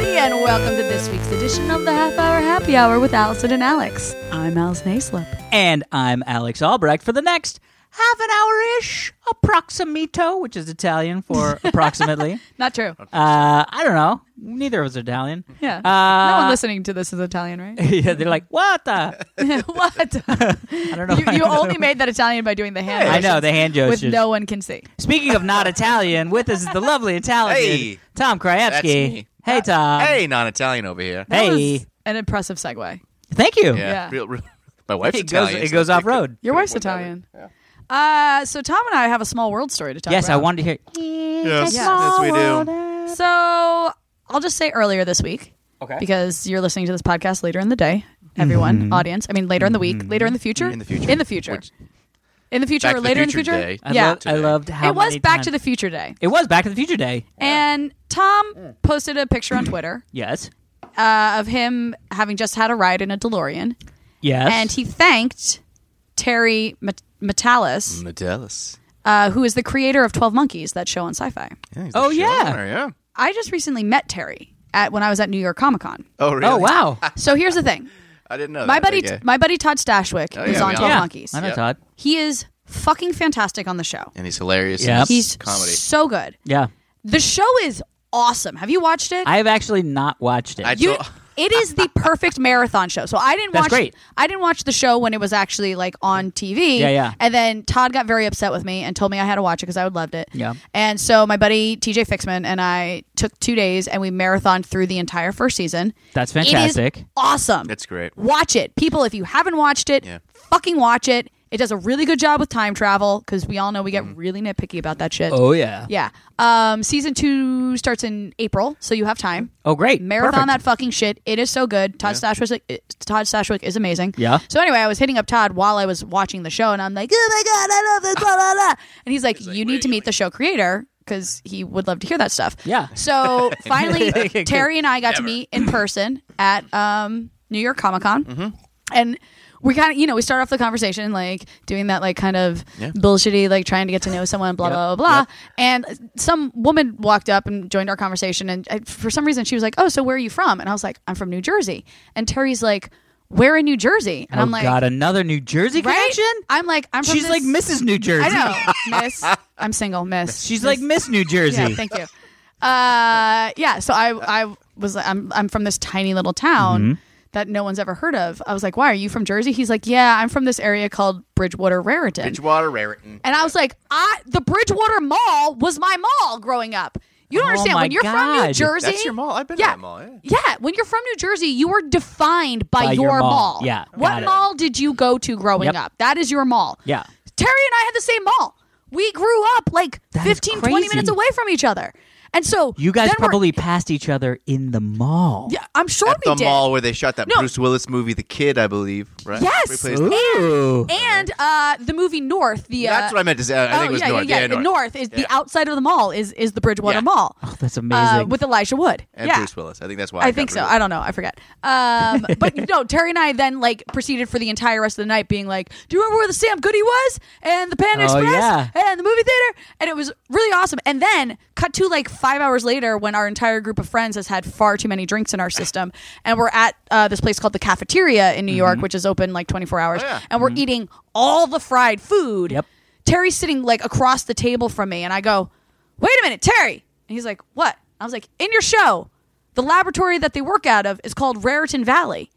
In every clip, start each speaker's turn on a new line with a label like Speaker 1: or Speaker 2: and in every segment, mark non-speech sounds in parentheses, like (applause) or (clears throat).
Speaker 1: welcome to this week's edition of the Half Hour Happy Hour with Allison and Alex. I'm Alice Naslip.
Speaker 2: And I'm Alex Albrecht for the next half an hour ish approximito, which is Italian
Speaker 1: (laughs)
Speaker 2: for approximately.
Speaker 1: Not true.
Speaker 2: uh, I don't know. Neither of us are Italian. (laughs)
Speaker 1: Yeah. no one
Speaker 2: Uh,
Speaker 1: listening to this is Italian, right?
Speaker 2: yeah, they're like, what the? (laughs)
Speaker 1: (laughs) what?
Speaker 2: I don't know.
Speaker 1: you
Speaker 2: why
Speaker 1: you
Speaker 2: I-
Speaker 1: only made that Italian by doing the hand.
Speaker 2: I know, the hand
Speaker 1: motions
Speaker 2: gestures.
Speaker 1: With no one can see.
Speaker 2: Speaking of not Italian, with us is the lovely Italian
Speaker 3: Hey.
Speaker 2: Tom
Speaker 3: That's
Speaker 2: Krajewski.
Speaker 3: me.
Speaker 2: Hey, Tom.
Speaker 3: hey, non-Italian over here.
Speaker 1: That
Speaker 2: Hey.
Speaker 1: was an impressive segue.
Speaker 2: Thank you.
Speaker 3: Yeah,
Speaker 1: Yeah.
Speaker 3: Real, (laughs) real, my wife's
Speaker 2: It goes,
Speaker 3: Italian.
Speaker 2: it
Speaker 3: so
Speaker 2: goes
Speaker 3: they
Speaker 2: off
Speaker 3: could-
Speaker 2: road.
Speaker 1: Your wife's
Speaker 3: Whatever.
Speaker 1: Italian. Uh, so Tom and I have a small world story to talk
Speaker 2: Yes,
Speaker 1: about.
Speaker 2: I wanted to hear.
Speaker 1: Yes.
Speaker 3: Yes, yes, we do.
Speaker 1: So I'll just say earlier this week.
Speaker 2: Okay.
Speaker 1: Because you're listening to this podcast later in the day, everyone, audience. I mean, later in the week, later in the future,
Speaker 3: Mm-hmm. In the future.
Speaker 1: in the future,
Speaker 3: Which-
Speaker 1: in the future, or
Speaker 3: Back to the
Speaker 1: later in the
Speaker 3: Future
Speaker 1: future.
Speaker 3: day.
Speaker 2: I,
Speaker 1: Yeah,
Speaker 2: loved, I loved how
Speaker 1: it was
Speaker 2: many
Speaker 1: Back
Speaker 2: times-
Speaker 1: to the Future Day,
Speaker 2: It was Back to the Future Day.
Speaker 1: and
Speaker 3: Mm.
Speaker 1: Tom posted a picture on Twitter
Speaker 2: Yes.
Speaker 1: uh, of him having just had a ride in a DeLorean,
Speaker 2: Yes. Oh,
Speaker 1: and he thanked Terry Met-
Speaker 3: Mm.
Speaker 1: Metalis,
Speaker 3: Metellus.
Speaker 1: uh, who is the creator of Twelve Monkeys, that show on Sci-Fi.
Speaker 3: Yeah, he's
Speaker 2: Oh,
Speaker 3: the
Speaker 2: yeah.
Speaker 3: showrunner, yeah.
Speaker 1: I just recently met Terry at when I was at New York Comic Con.
Speaker 3: Oh really?
Speaker 2: oh, wow.
Speaker 1: So here's the thing.
Speaker 3: I didn't know.
Speaker 1: My
Speaker 3: that.
Speaker 1: buddy,
Speaker 3: Okay.
Speaker 1: my buddy Todd Stashwick
Speaker 3: Oh,
Speaker 1: is
Speaker 3: yeah,
Speaker 1: on
Speaker 3: we
Speaker 1: Twelve
Speaker 3: all-
Speaker 2: yeah.
Speaker 1: Monkeys.
Speaker 2: I know,
Speaker 3: Yep.
Speaker 2: Todd.
Speaker 1: He is fucking fantastic on the show.
Speaker 3: and he's hilarious.
Speaker 2: Yep.
Speaker 3: Yeah,
Speaker 1: He's
Speaker 3: comedy.
Speaker 1: so good.
Speaker 2: Yeah.
Speaker 1: The show is awesome. Have you watched it?
Speaker 2: I have actually not watched it.
Speaker 3: I
Speaker 1: you,
Speaker 3: told-
Speaker 1: (laughs) it is the perfect marathon show. So I didn't
Speaker 2: That's
Speaker 1: watch.
Speaker 2: great.
Speaker 1: I didn't watch the show when it was actually like on TV.
Speaker 2: Yeah, yeah.
Speaker 1: And then Todd got very upset with me and told me I had to watch it because I would loved it.
Speaker 2: Yeah.
Speaker 1: And so my buddy TJ Fixman and I took two days and we marathoned through the entire first season.
Speaker 2: That's
Speaker 1: It is
Speaker 2: fantastic.
Speaker 1: awesome.
Speaker 3: It's great.
Speaker 1: Watch it, people. If you haven't watched it,
Speaker 3: Yeah.
Speaker 1: fucking watch it. It does a really good job with time travel because we all know we get
Speaker 3: Mm-hmm.
Speaker 1: really nitpicky about that shit.
Speaker 2: Oh yeah.
Speaker 1: Yeah. Um, season two starts in April, so you have time.
Speaker 2: Oh great.
Speaker 1: Marathon
Speaker 2: Perfect.
Speaker 1: that fucking shit. It is so good. Todd Stashwick, Todd Stashwick is amazing.
Speaker 2: Yeah.
Speaker 1: So anyway, I was hitting up Todd while I was watching the show, and I'm like, oh my god, I love this, blah blah
Speaker 2: (laughs)
Speaker 1: blah. And he's like, you need to meet the show creator because he would love to hear that stuff.
Speaker 2: Yeah.
Speaker 1: So
Speaker 2: (laughs)
Speaker 1: finally, Terry and I got to meet in person at um, New York Comic Con,
Speaker 2: Mm-hmm.
Speaker 1: and. We kind of, you know, we start off the conversation like doing that, like kind of bullshitty, like trying to get to know someone, blah,
Speaker 2: Yep.
Speaker 1: blah, blah, blah. And some woman walked up and joined our conversation. And I, for some reason, she was like, Oh, so where are you from? And I was like, I'm from New Jersey. And Terry's like, Where in New Jersey? And
Speaker 2: oh
Speaker 1: I'm like,
Speaker 2: God, another New Jersey
Speaker 1: Right?
Speaker 2: connection.
Speaker 1: I'm like, I'm from
Speaker 2: She's
Speaker 1: this-
Speaker 2: like Mrs. New Jersey.
Speaker 1: I know, miss. I'm single, miss.
Speaker 2: She's like Miss New Jersey.
Speaker 1: Yeah, thank you. Uh, yeah. So I, I was, like, I'm, I'm from this tiny little town
Speaker 2: Mm-hmm.
Speaker 1: that no one's ever heard of. I was like, why are you from Jersey? He's like, yeah, I'm from this area called Bridgewater Raritan.
Speaker 3: Bridgewater Raritan.
Speaker 1: and I was like, I, the Bridgewater Mall was my mall growing up. You don't
Speaker 2: Oh
Speaker 1: understand
Speaker 2: my
Speaker 1: when you're from New
Speaker 2: God.
Speaker 1: Jersey.
Speaker 3: That's your mall. I've been to
Speaker 1: Yeah.
Speaker 3: that mall. Yeah.
Speaker 1: Yeah, when you're from New Jersey, you were defined by,
Speaker 2: By
Speaker 1: your,
Speaker 2: your
Speaker 1: mall.
Speaker 2: mall. Yeah,
Speaker 1: What
Speaker 2: got it.
Speaker 1: mall did you go to growing
Speaker 2: Yep.
Speaker 1: up? That is your mall.
Speaker 2: Yeah.
Speaker 1: Terry and I had the same mall. We grew up like
Speaker 2: That is
Speaker 1: 15, 20
Speaker 2: crazy.
Speaker 1: minutes away from each other. And so
Speaker 2: You guys
Speaker 1: then we're-
Speaker 2: probably passed each other in the mall.
Speaker 1: Yeah, I'm sure
Speaker 3: At
Speaker 1: we
Speaker 3: the
Speaker 1: did.
Speaker 3: mall where they shot that
Speaker 1: No.
Speaker 3: Bruce Willis movie, The Kid, I believe. Right.
Speaker 1: Yes.
Speaker 3: We placed-
Speaker 2: Ooh.
Speaker 1: and uh, the movie North, the uh,
Speaker 3: That's what I meant to say. I
Speaker 1: oh,
Speaker 3: think it was
Speaker 1: yeah,
Speaker 3: North.
Speaker 1: yeah, yeah.
Speaker 3: North.
Speaker 1: is
Speaker 3: Yeah.
Speaker 1: the outside of the mall is is the Bridgewater
Speaker 3: Yeah.
Speaker 1: Mall.
Speaker 2: Oh, that's
Speaker 1: Uh,
Speaker 2: amazing.
Speaker 1: with Elijah Wood.
Speaker 3: And
Speaker 1: yeah.
Speaker 3: Bruce Willis. I think that's why.
Speaker 1: I,
Speaker 3: got
Speaker 1: think so.
Speaker 3: Bruce.
Speaker 1: I don't know. I forget.
Speaker 3: (laughs)
Speaker 1: Um, but no, Terry and I then like proceeded for the entire rest of the night being like, "Do you remember where the Sam Goody was and the Panda
Speaker 2: Oh,
Speaker 1: Express
Speaker 2: yeah.
Speaker 1: and the movie theater?" And it was really awesome. And then cut to like five hours later when our entire group of friends has had far too many drinks in our system, and we're at uh, this place called the Cafeteria in New York, which is open like twenty four hours,
Speaker 3: Mm-hmm. Oh, yeah.
Speaker 1: and we're eating all the fried food.
Speaker 2: Yep.
Speaker 1: Terry's sitting like across the table from me, and I go, "Wait a minute, Terry!" And he's like, "What?" I was like, "In your show, the laboratory that they work out of is called Raritan Valley,"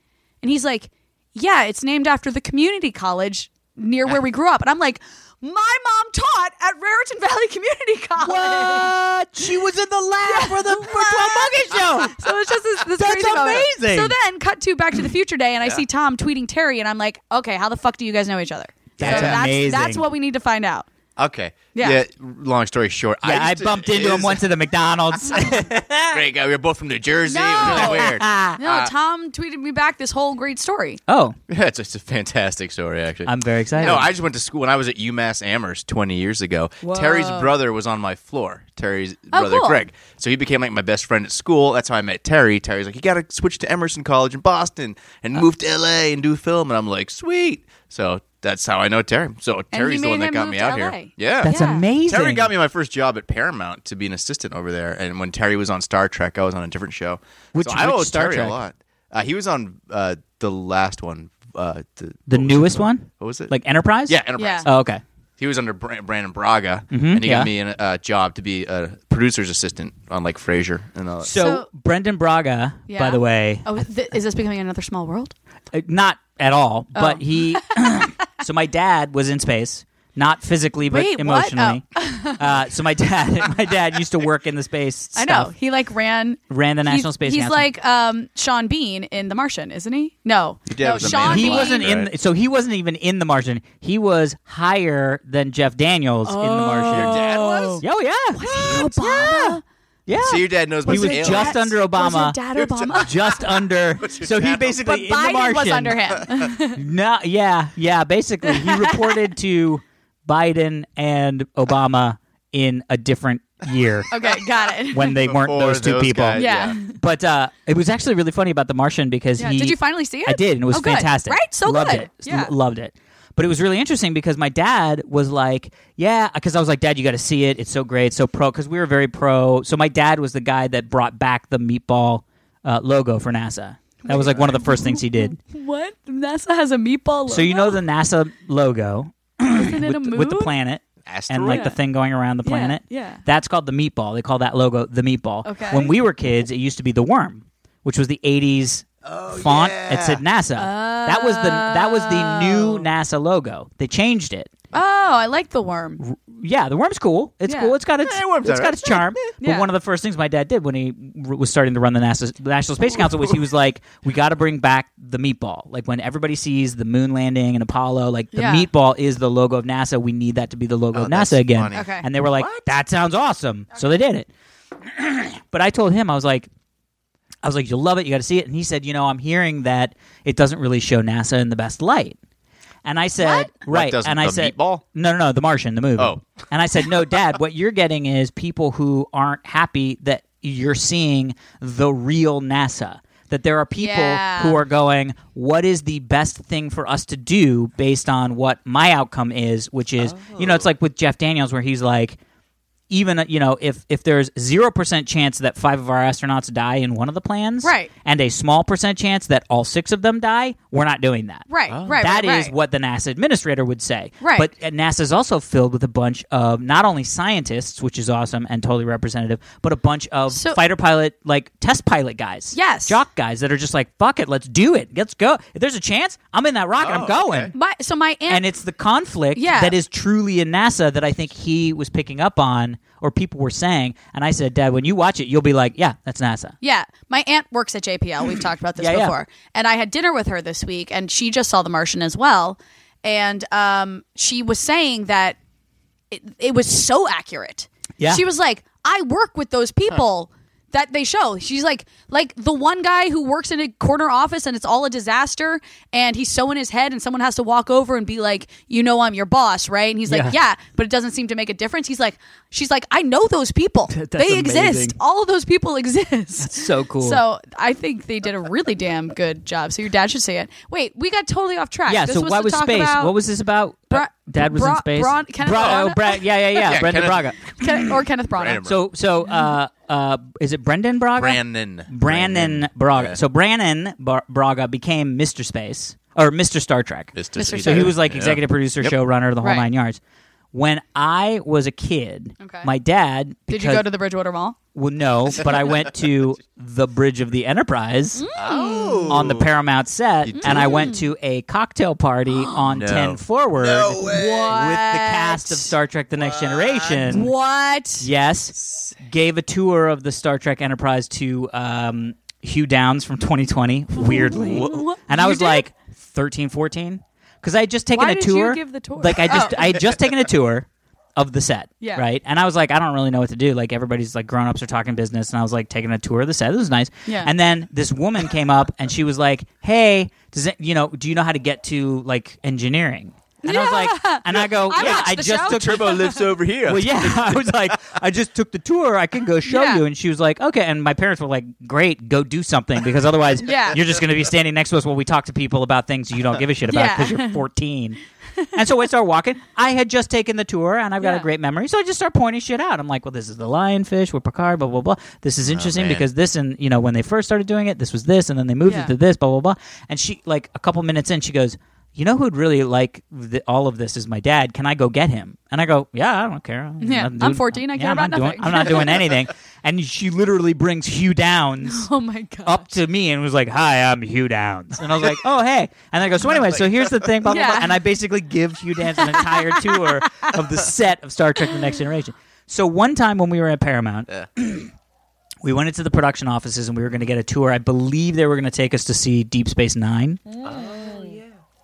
Speaker 1: and he's like, "Yeah, it's named after the community college near where we grew up." And I'm like, "My mom taught at Raritan Valley (laughs) Community College."
Speaker 2: (laughs) what? She was in the lab
Speaker 1: (laughs)
Speaker 2: for the for Twelve Monkey Show.
Speaker 1: So it's just this, this
Speaker 2: That's
Speaker 1: crazy moment.
Speaker 2: amazing.
Speaker 1: So then, cut to Back to the Future Day, and I see Tom tweeting Terry, and I'm like, "Okay, how the fuck do you guys know each other?"
Speaker 2: That's
Speaker 1: so that's,
Speaker 2: amazing.
Speaker 1: That's what we need to find out.
Speaker 3: Okay.
Speaker 1: Yeah.
Speaker 3: long story short,
Speaker 2: Yeah, I
Speaker 3: used to- (laughs)
Speaker 2: bumped into him
Speaker 3: is-
Speaker 2: once at
Speaker 1: (laughs)
Speaker 2: the McDonald's.
Speaker 3: Great guy. We were both from New Jersey.
Speaker 1: No.
Speaker 3: It was
Speaker 1: (laughs)
Speaker 3: weird. Uh,
Speaker 1: No, Tom tweeted me back this whole great story.
Speaker 2: oh,
Speaker 3: Yeah, it's, it's a fantastic story, actually.
Speaker 2: I'm very excited.
Speaker 3: No, I just went to school when I was at UMass Amherst 20 years ago. Terry's brother was on my floor. Terry's brother
Speaker 1: Oh, cool.
Speaker 3: Greg. So he became like my best friend at school. That's how I met Terry.
Speaker 2: Uh,
Speaker 3: Terry's like, you got to switch to Emerson College in Boston and move to LA and do film. And I'm like, sweet. So that's how I know Terry. So Terry's the
Speaker 1: made
Speaker 3: one that
Speaker 1: him
Speaker 3: got
Speaker 1: move
Speaker 3: me
Speaker 1: to
Speaker 3: out
Speaker 1: LA.
Speaker 3: here. Yeah.
Speaker 2: That's
Speaker 1: Yeah.
Speaker 2: amazing.
Speaker 3: Terry got me my first job at Paramount to be an assistant over there. And when Terry was on Star Trek, I was on a different show.
Speaker 2: Which-
Speaker 3: so I
Speaker 2: which
Speaker 3: owe
Speaker 2: Star
Speaker 3: Terry
Speaker 2: Trek?
Speaker 3: a lot. Uh, he was on uh, the last one. Uh, the
Speaker 2: the
Speaker 3: what was
Speaker 2: newest
Speaker 3: it?
Speaker 2: one.
Speaker 3: What was it?
Speaker 2: Like Enterprise.
Speaker 3: yeah, Enterprise.
Speaker 1: Yeah.
Speaker 2: Oh, okay.
Speaker 3: He was under Bra- Brandon Braga, and he
Speaker 2: Mm-hmm, yeah.
Speaker 3: got me a uh, job to be a producer's assistant on like Frasier and all that.
Speaker 2: So,
Speaker 1: So-
Speaker 2: Brendan Braga,
Speaker 1: Yeah.
Speaker 2: by the way,
Speaker 1: Oh, th- is this becoming another small world?
Speaker 2: Uh, not at all
Speaker 1: Oh. (laughs)
Speaker 2: but he (coughs) so my dad was in space not physically but
Speaker 1: Wait, what? Oh.
Speaker 2: emotionally
Speaker 1: (laughs)
Speaker 2: uh, so my dad (laughs) my dad used to work in the space
Speaker 1: I know
Speaker 2: stuff,
Speaker 1: he like ran
Speaker 2: ran the national
Speaker 1: he's,
Speaker 2: space
Speaker 1: He's
Speaker 2: Council.
Speaker 1: like um, Sean Bean in The Martian, isn't he? No,
Speaker 3: did.
Speaker 1: no,
Speaker 3: It was a
Speaker 1: Sean
Speaker 3: man.
Speaker 2: he
Speaker 1: Bean.
Speaker 2: wasn't in
Speaker 3: Right.
Speaker 2: so he wasn't even in the martian he was higher than jeff daniels in the martian
Speaker 3: Your dad was?
Speaker 2: oh yeah
Speaker 1: Obama.
Speaker 2: yeah
Speaker 1: Oh.
Speaker 3: So your dad knows.
Speaker 2: he
Speaker 3: what's
Speaker 2: was
Speaker 3: alien.
Speaker 2: just under obama
Speaker 1: Was your dad Obama?
Speaker 2: just under so he
Speaker 3: dad-
Speaker 1: But
Speaker 2: basically in the
Speaker 1: Biden
Speaker 2: martian
Speaker 1: was under him.
Speaker 3: (laughs)
Speaker 2: No, yeah, yeah. Basically, he reported to Biden and Obama in a different year
Speaker 1: okay, got it.
Speaker 2: when they weren't
Speaker 3: Before
Speaker 2: those two
Speaker 3: those
Speaker 2: people.
Speaker 3: guys,
Speaker 1: yeah.
Speaker 3: yeah.
Speaker 2: But uh, it was actually really funny about The Martian because
Speaker 1: Yeah,
Speaker 2: he.
Speaker 1: did you finally see it?
Speaker 2: I did, and it was
Speaker 1: Oh, good.
Speaker 2: fantastic.
Speaker 1: Right? So
Speaker 2: loved
Speaker 1: good.
Speaker 2: it.
Speaker 1: Yeah.
Speaker 2: L- loved it. But it was really interesting because my dad was like, "Yeah," because I was like, "Dad, you got to see it. It's so great. It's so pro." Because we were very pro. So my dad was the guy that brought back the meatball uh, logo for NASA. That was like one of the first things he did.
Speaker 1: what? NASA has a meatball.
Speaker 2: So you know the NASA logo
Speaker 1: isn't it a
Speaker 2: with,
Speaker 1: moon?
Speaker 2: with the planet
Speaker 3: Asteroid?
Speaker 2: and like the thing going around the
Speaker 1: Yeah,
Speaker 2: planet.
Speaker 1: yeah.
Speaker 2: That's called the meatball. They call that logo the meatball.
Speaker 1: Okay.
Speaker 2: When we were kids, it used to be the worm, which was the 80s
Speaker 3: Oh,
Speaker 2: font. It said NASA. That was the that was the new NASA logo. They changed it.
Speaker 1: Oh, I like the worm.
Speaker 2: Yeah, the worm's cool. It's
Speaker 1: Yeah.
Speaker 2: cool. It's got its
Speaker 3: Eh, worm's
Speaker 2: it's got
Speaker 3: alright.
Speaker 2: its charm.
Speaker 1: (laughs) Yeah.
Speaker 2: But one of the first things my dad did when he r- was starting to run the NASA the National Space Council was he was like, "We got to bring back the meatball. Like when everybody sees the moon landing and Apollo, like the
Speaker 1: Yeah.
Speaker 2: meatball is the logo of NASA. We need that to be the logo of
Speaker 3: Oh, that's
Speaker 2: NASA again."
Speaker 3: funny.
Speaker 1: Okay.
Speaker 2: And they were like, "That sounds awesome." So they did it. (clears throat) but I told him I was like. I was like, you'll love it. You got to see it. And he said, you know, I'm hearing that it doesn't really show NASA in the best light. And I said, right.
Speaker 3: doesn't,
Speaker 2: and I
Speaker 3: the
Speaker 2: said,
Speaker 3: meatball?
Speaker 2: no, no, no, The Martian, the movie.
Speaker 3: Oh.
Speaker 2: And I said, no, Dad, what you're getting is people who aren't happy that you're seeing the real NASA. That there are people
Speaker 1: Yeah.
Speaker 2: who are going, what is the best thing for us to do based on what my outcome is, which is, you know, it's like with Jeff Daniels where he's like, even you know if if there's 0% chance that 5 of our astronauts die in one of the plans
Speaker 1: Right.
Speaker 2: and a small percent chance that all 6 of them die we're not doing that
Speaker 1: Right, right,
Speaker 2: That
Speaker 1: right,
Speaker 2: is
Speaker 1: right.
Speaker 2: what the NASA administrator would say
Speaker 1: Right.
Speaker 2: but NASA is also filled with a bunch of not only scientists which is awesome and totally representative but a bunch of
Speaker 1: So-
Speaker 2: fighter pilot like test pilot guys
Speaker 1: Yes.
Speaker 2: jock guys that are just like fuck it let's do it let's go if there's a chance I'm in that rocket
Speaker 3: Oh,
Speaker 2: I'm going
Speaker 3: okay.
Speaker 1: My, so my aunt.
Speaker 2: and it's the conflict
Speaker 1: Yeah.
Speaker 2: that is truly in NASA that I think he was picking up on, or people were saying. And I said, Dad, when you watch it, you'll be like, Yeah, that's NASA.
Speaker 1: Yeah, my aunt works at JPL. We've talked about this
Speaker 2: Yeah, yeah.
Speaker 1: before. And I had dinner with her this week, and she just saw The Martian as well. And um, she was saying that it, it was so accurate.
Speaker 2: Yeah.
Speaker 1: She was like, I work with those people. That they show. She's like, like the one guy who works in a corner office and it's all a disaster, and he's so in his head, and someone has to walk over and be like, "You know, I'm your boss, right?" And he's like,
Speaker 2: Yeah.
Speaker 1: "Yeah," but it doesn't seem to make a difference. He's like, "She's like, I know those
Speaker 2: (laughs)
Speaker 1: people. they
Speaker 2: amazing.
Speaker 1: exist. All of those people (laughs) exist."
Speaker 2: So cool.
Speaker 1: So I think they did a really damn good job. So your dad should see it. Wait, we got totally off track.
Speaker 2: yeah,
Speaker 1: This
Speaker 2: so why
Speaker 1: to
Speaker 2: was
Speaker 1: talk
Speaker 2: space?
Speaker 1: about-
Speaker 2: What was this about?
Speaker 1: Bra-
Speaker 2: Uh, Dad was in
Speaker 1: Bra-
Speaker 2: space.
Speaker 1: Braun- Kenneth
Speaker 2: Bra- oh,
Speaker 1: Branagh?
Speaker 2: Bra- yeah, yeah, yeah.
Speaker 3: (laughs) Yeah,
Speaker 2: Brendan
Speaker 3: Kenneth-
Speaker 2: Braga.
Speaker 1: Ken- or Kenneth Branagh?
Speaker 3: Branagh.
Speaker 2: So, so uh, uh, is it Brendan Braga?
Speaker 3: Brandon.
Speaker 2: Brandon Braga. So Brandon Bar- Braga became Mr. Space or Mr. Star Trek.
Speaker 3: Mr. Mr.
Speaker 2: So he was like
Speaker 3: Yeah.
Speaker 2: executive producer, showrunner, the whole
Speaker 1: Right.
Speaker 2: nine yards. When I was a kid,
Speaker 1: Okay.
Speaker 2: my dad
Speaker 1: Did you
Speaker 2: because-
Speaker 1: go to the Bridgewater Mall?
Speaker 2: (laughs) Well, no, but I went to the Bridge of the Enterprise
Speaker 3: Mm. Oh.
Speaker 2: on the Paramount set, and I
Speaker 1: Mm.
Speaker 2: went to a cocktail
Speaker 3: (gasps)
Speaker 2: party on
Speaker 3: No.
Speaker 2: Ten Forward
Speaker 3: No
Speaker 2: with
Speaker 3: way.
Speaker 2: the
Speaker 1: What?
Speaker 2: cast of Star Trek: The Next Generation.
Speaker 1: What?
Speaker 2: Yes, gave a tour of the Star Trek Enterprise to um, Hugh Downs from 2020. Weirdly,
Speaker 1: Wha-
Speaker 2: and I
Speaker 1: you
Speaker 2: was
Speaker 1: did?
Speaker 2: like 13, 14, because I had just taken
Speaker 1: Why
Speaker 2: a
Speaker 1: did you
Speaker 2: tour.
Speaker 1: give the tour?
Speaker 2: Like I just, I
Speaker 1: (laughs)
Speaker 2: had just taken a tour of the set.
Speaker 1: Yeah.
Speaker 2: Right. And I was like, I don't really know what to do. Like everybody's like grown ups are talking business, and I was like taking a tour of the set. This was nice.
Speaker 1: Yeah.
Speaker 2: And then this woman came up and she was like, Hey, does it, you know, do you know how to get to like engineering? And I was like, and I go,
Speaker 1: I
Speaker 2: yeah,
Speaker 1: watched
Speaker 2: I
Speaker 1: the
Speaker 2: just
Speaker 1: show.
Speaker 2: took the
Speaker 3: Turbo lives over here.
Speaker 2: well, yeah, (laughs) I was like, I just took the tour. I can go show
Speaker 1: Yeah.
Speaker 2: you. And she was like, okay. And my parents were like, great, go do something because
Speaker 1: (laughs)
Speaker 2: otherwise,
Speaker 1: Yeah.
Speaker 2: you're just going to be standing next to us while we talk to people about things you don't give a shit about
Speaker 1: Yeah.
Speaker 2: because you're 14. and so I start walking. I had just taken the tour and I've got
Speaker 1: Yeah.
Speaker 2: a great memory. So I just start pointing shit out. I'm like, well, this is the lionfish with Picard, blah, blah, blah. This is interesting
Speaker 3: man.
Speaker 2: because this and, you know, when they first started doing it, this was this. And then they moved
Speaker 1: Yeah.
Speaker 2: it to this, blah, blah, blah. And she, like, a couple minutes in, she goes, you know who'd really like th- all of this is my dad. Can I go get him? And I go, yeah, I don't care.
Speaker 1: Yeah,
Speaker 2: Nothing
Speaker 1: I'm
Speaker 2: to-
Speaker 1: 14, I
Speaker 2: yeah,
Speaker 1: care
Speaker 2: I'm
Speaker 1: about
Speaker 2: not
Speaker 1: nothing.
Speaker 2: Doing, I'm
Speaker 1: (laughs)
Speaker 2: not doing anything. And she literally brings Hugh Downs
Speaker 1: Oh my god.
Speaker 2: up to me and was like, "Hi, I'm Hugh Downs." And I was like, "Oh, hey." And I go, "So anyway, so here's the thing." Blah, blah,
Speaker 1: Yeah.
Speaker 2: blah. And I basically give Hugh Downs
Speaker 1: (laughs)
Speaker 2: an entire tour of the set of Star Trek: The Next Generation. So one time when we were at Paramount,
Speaker 3: Yeah.
Speaker 2: (clears throat) we went into the production offices and we were going to get a tour. I believe they were going to take us to see Deep Space Nine.
Speaker 1: Oh,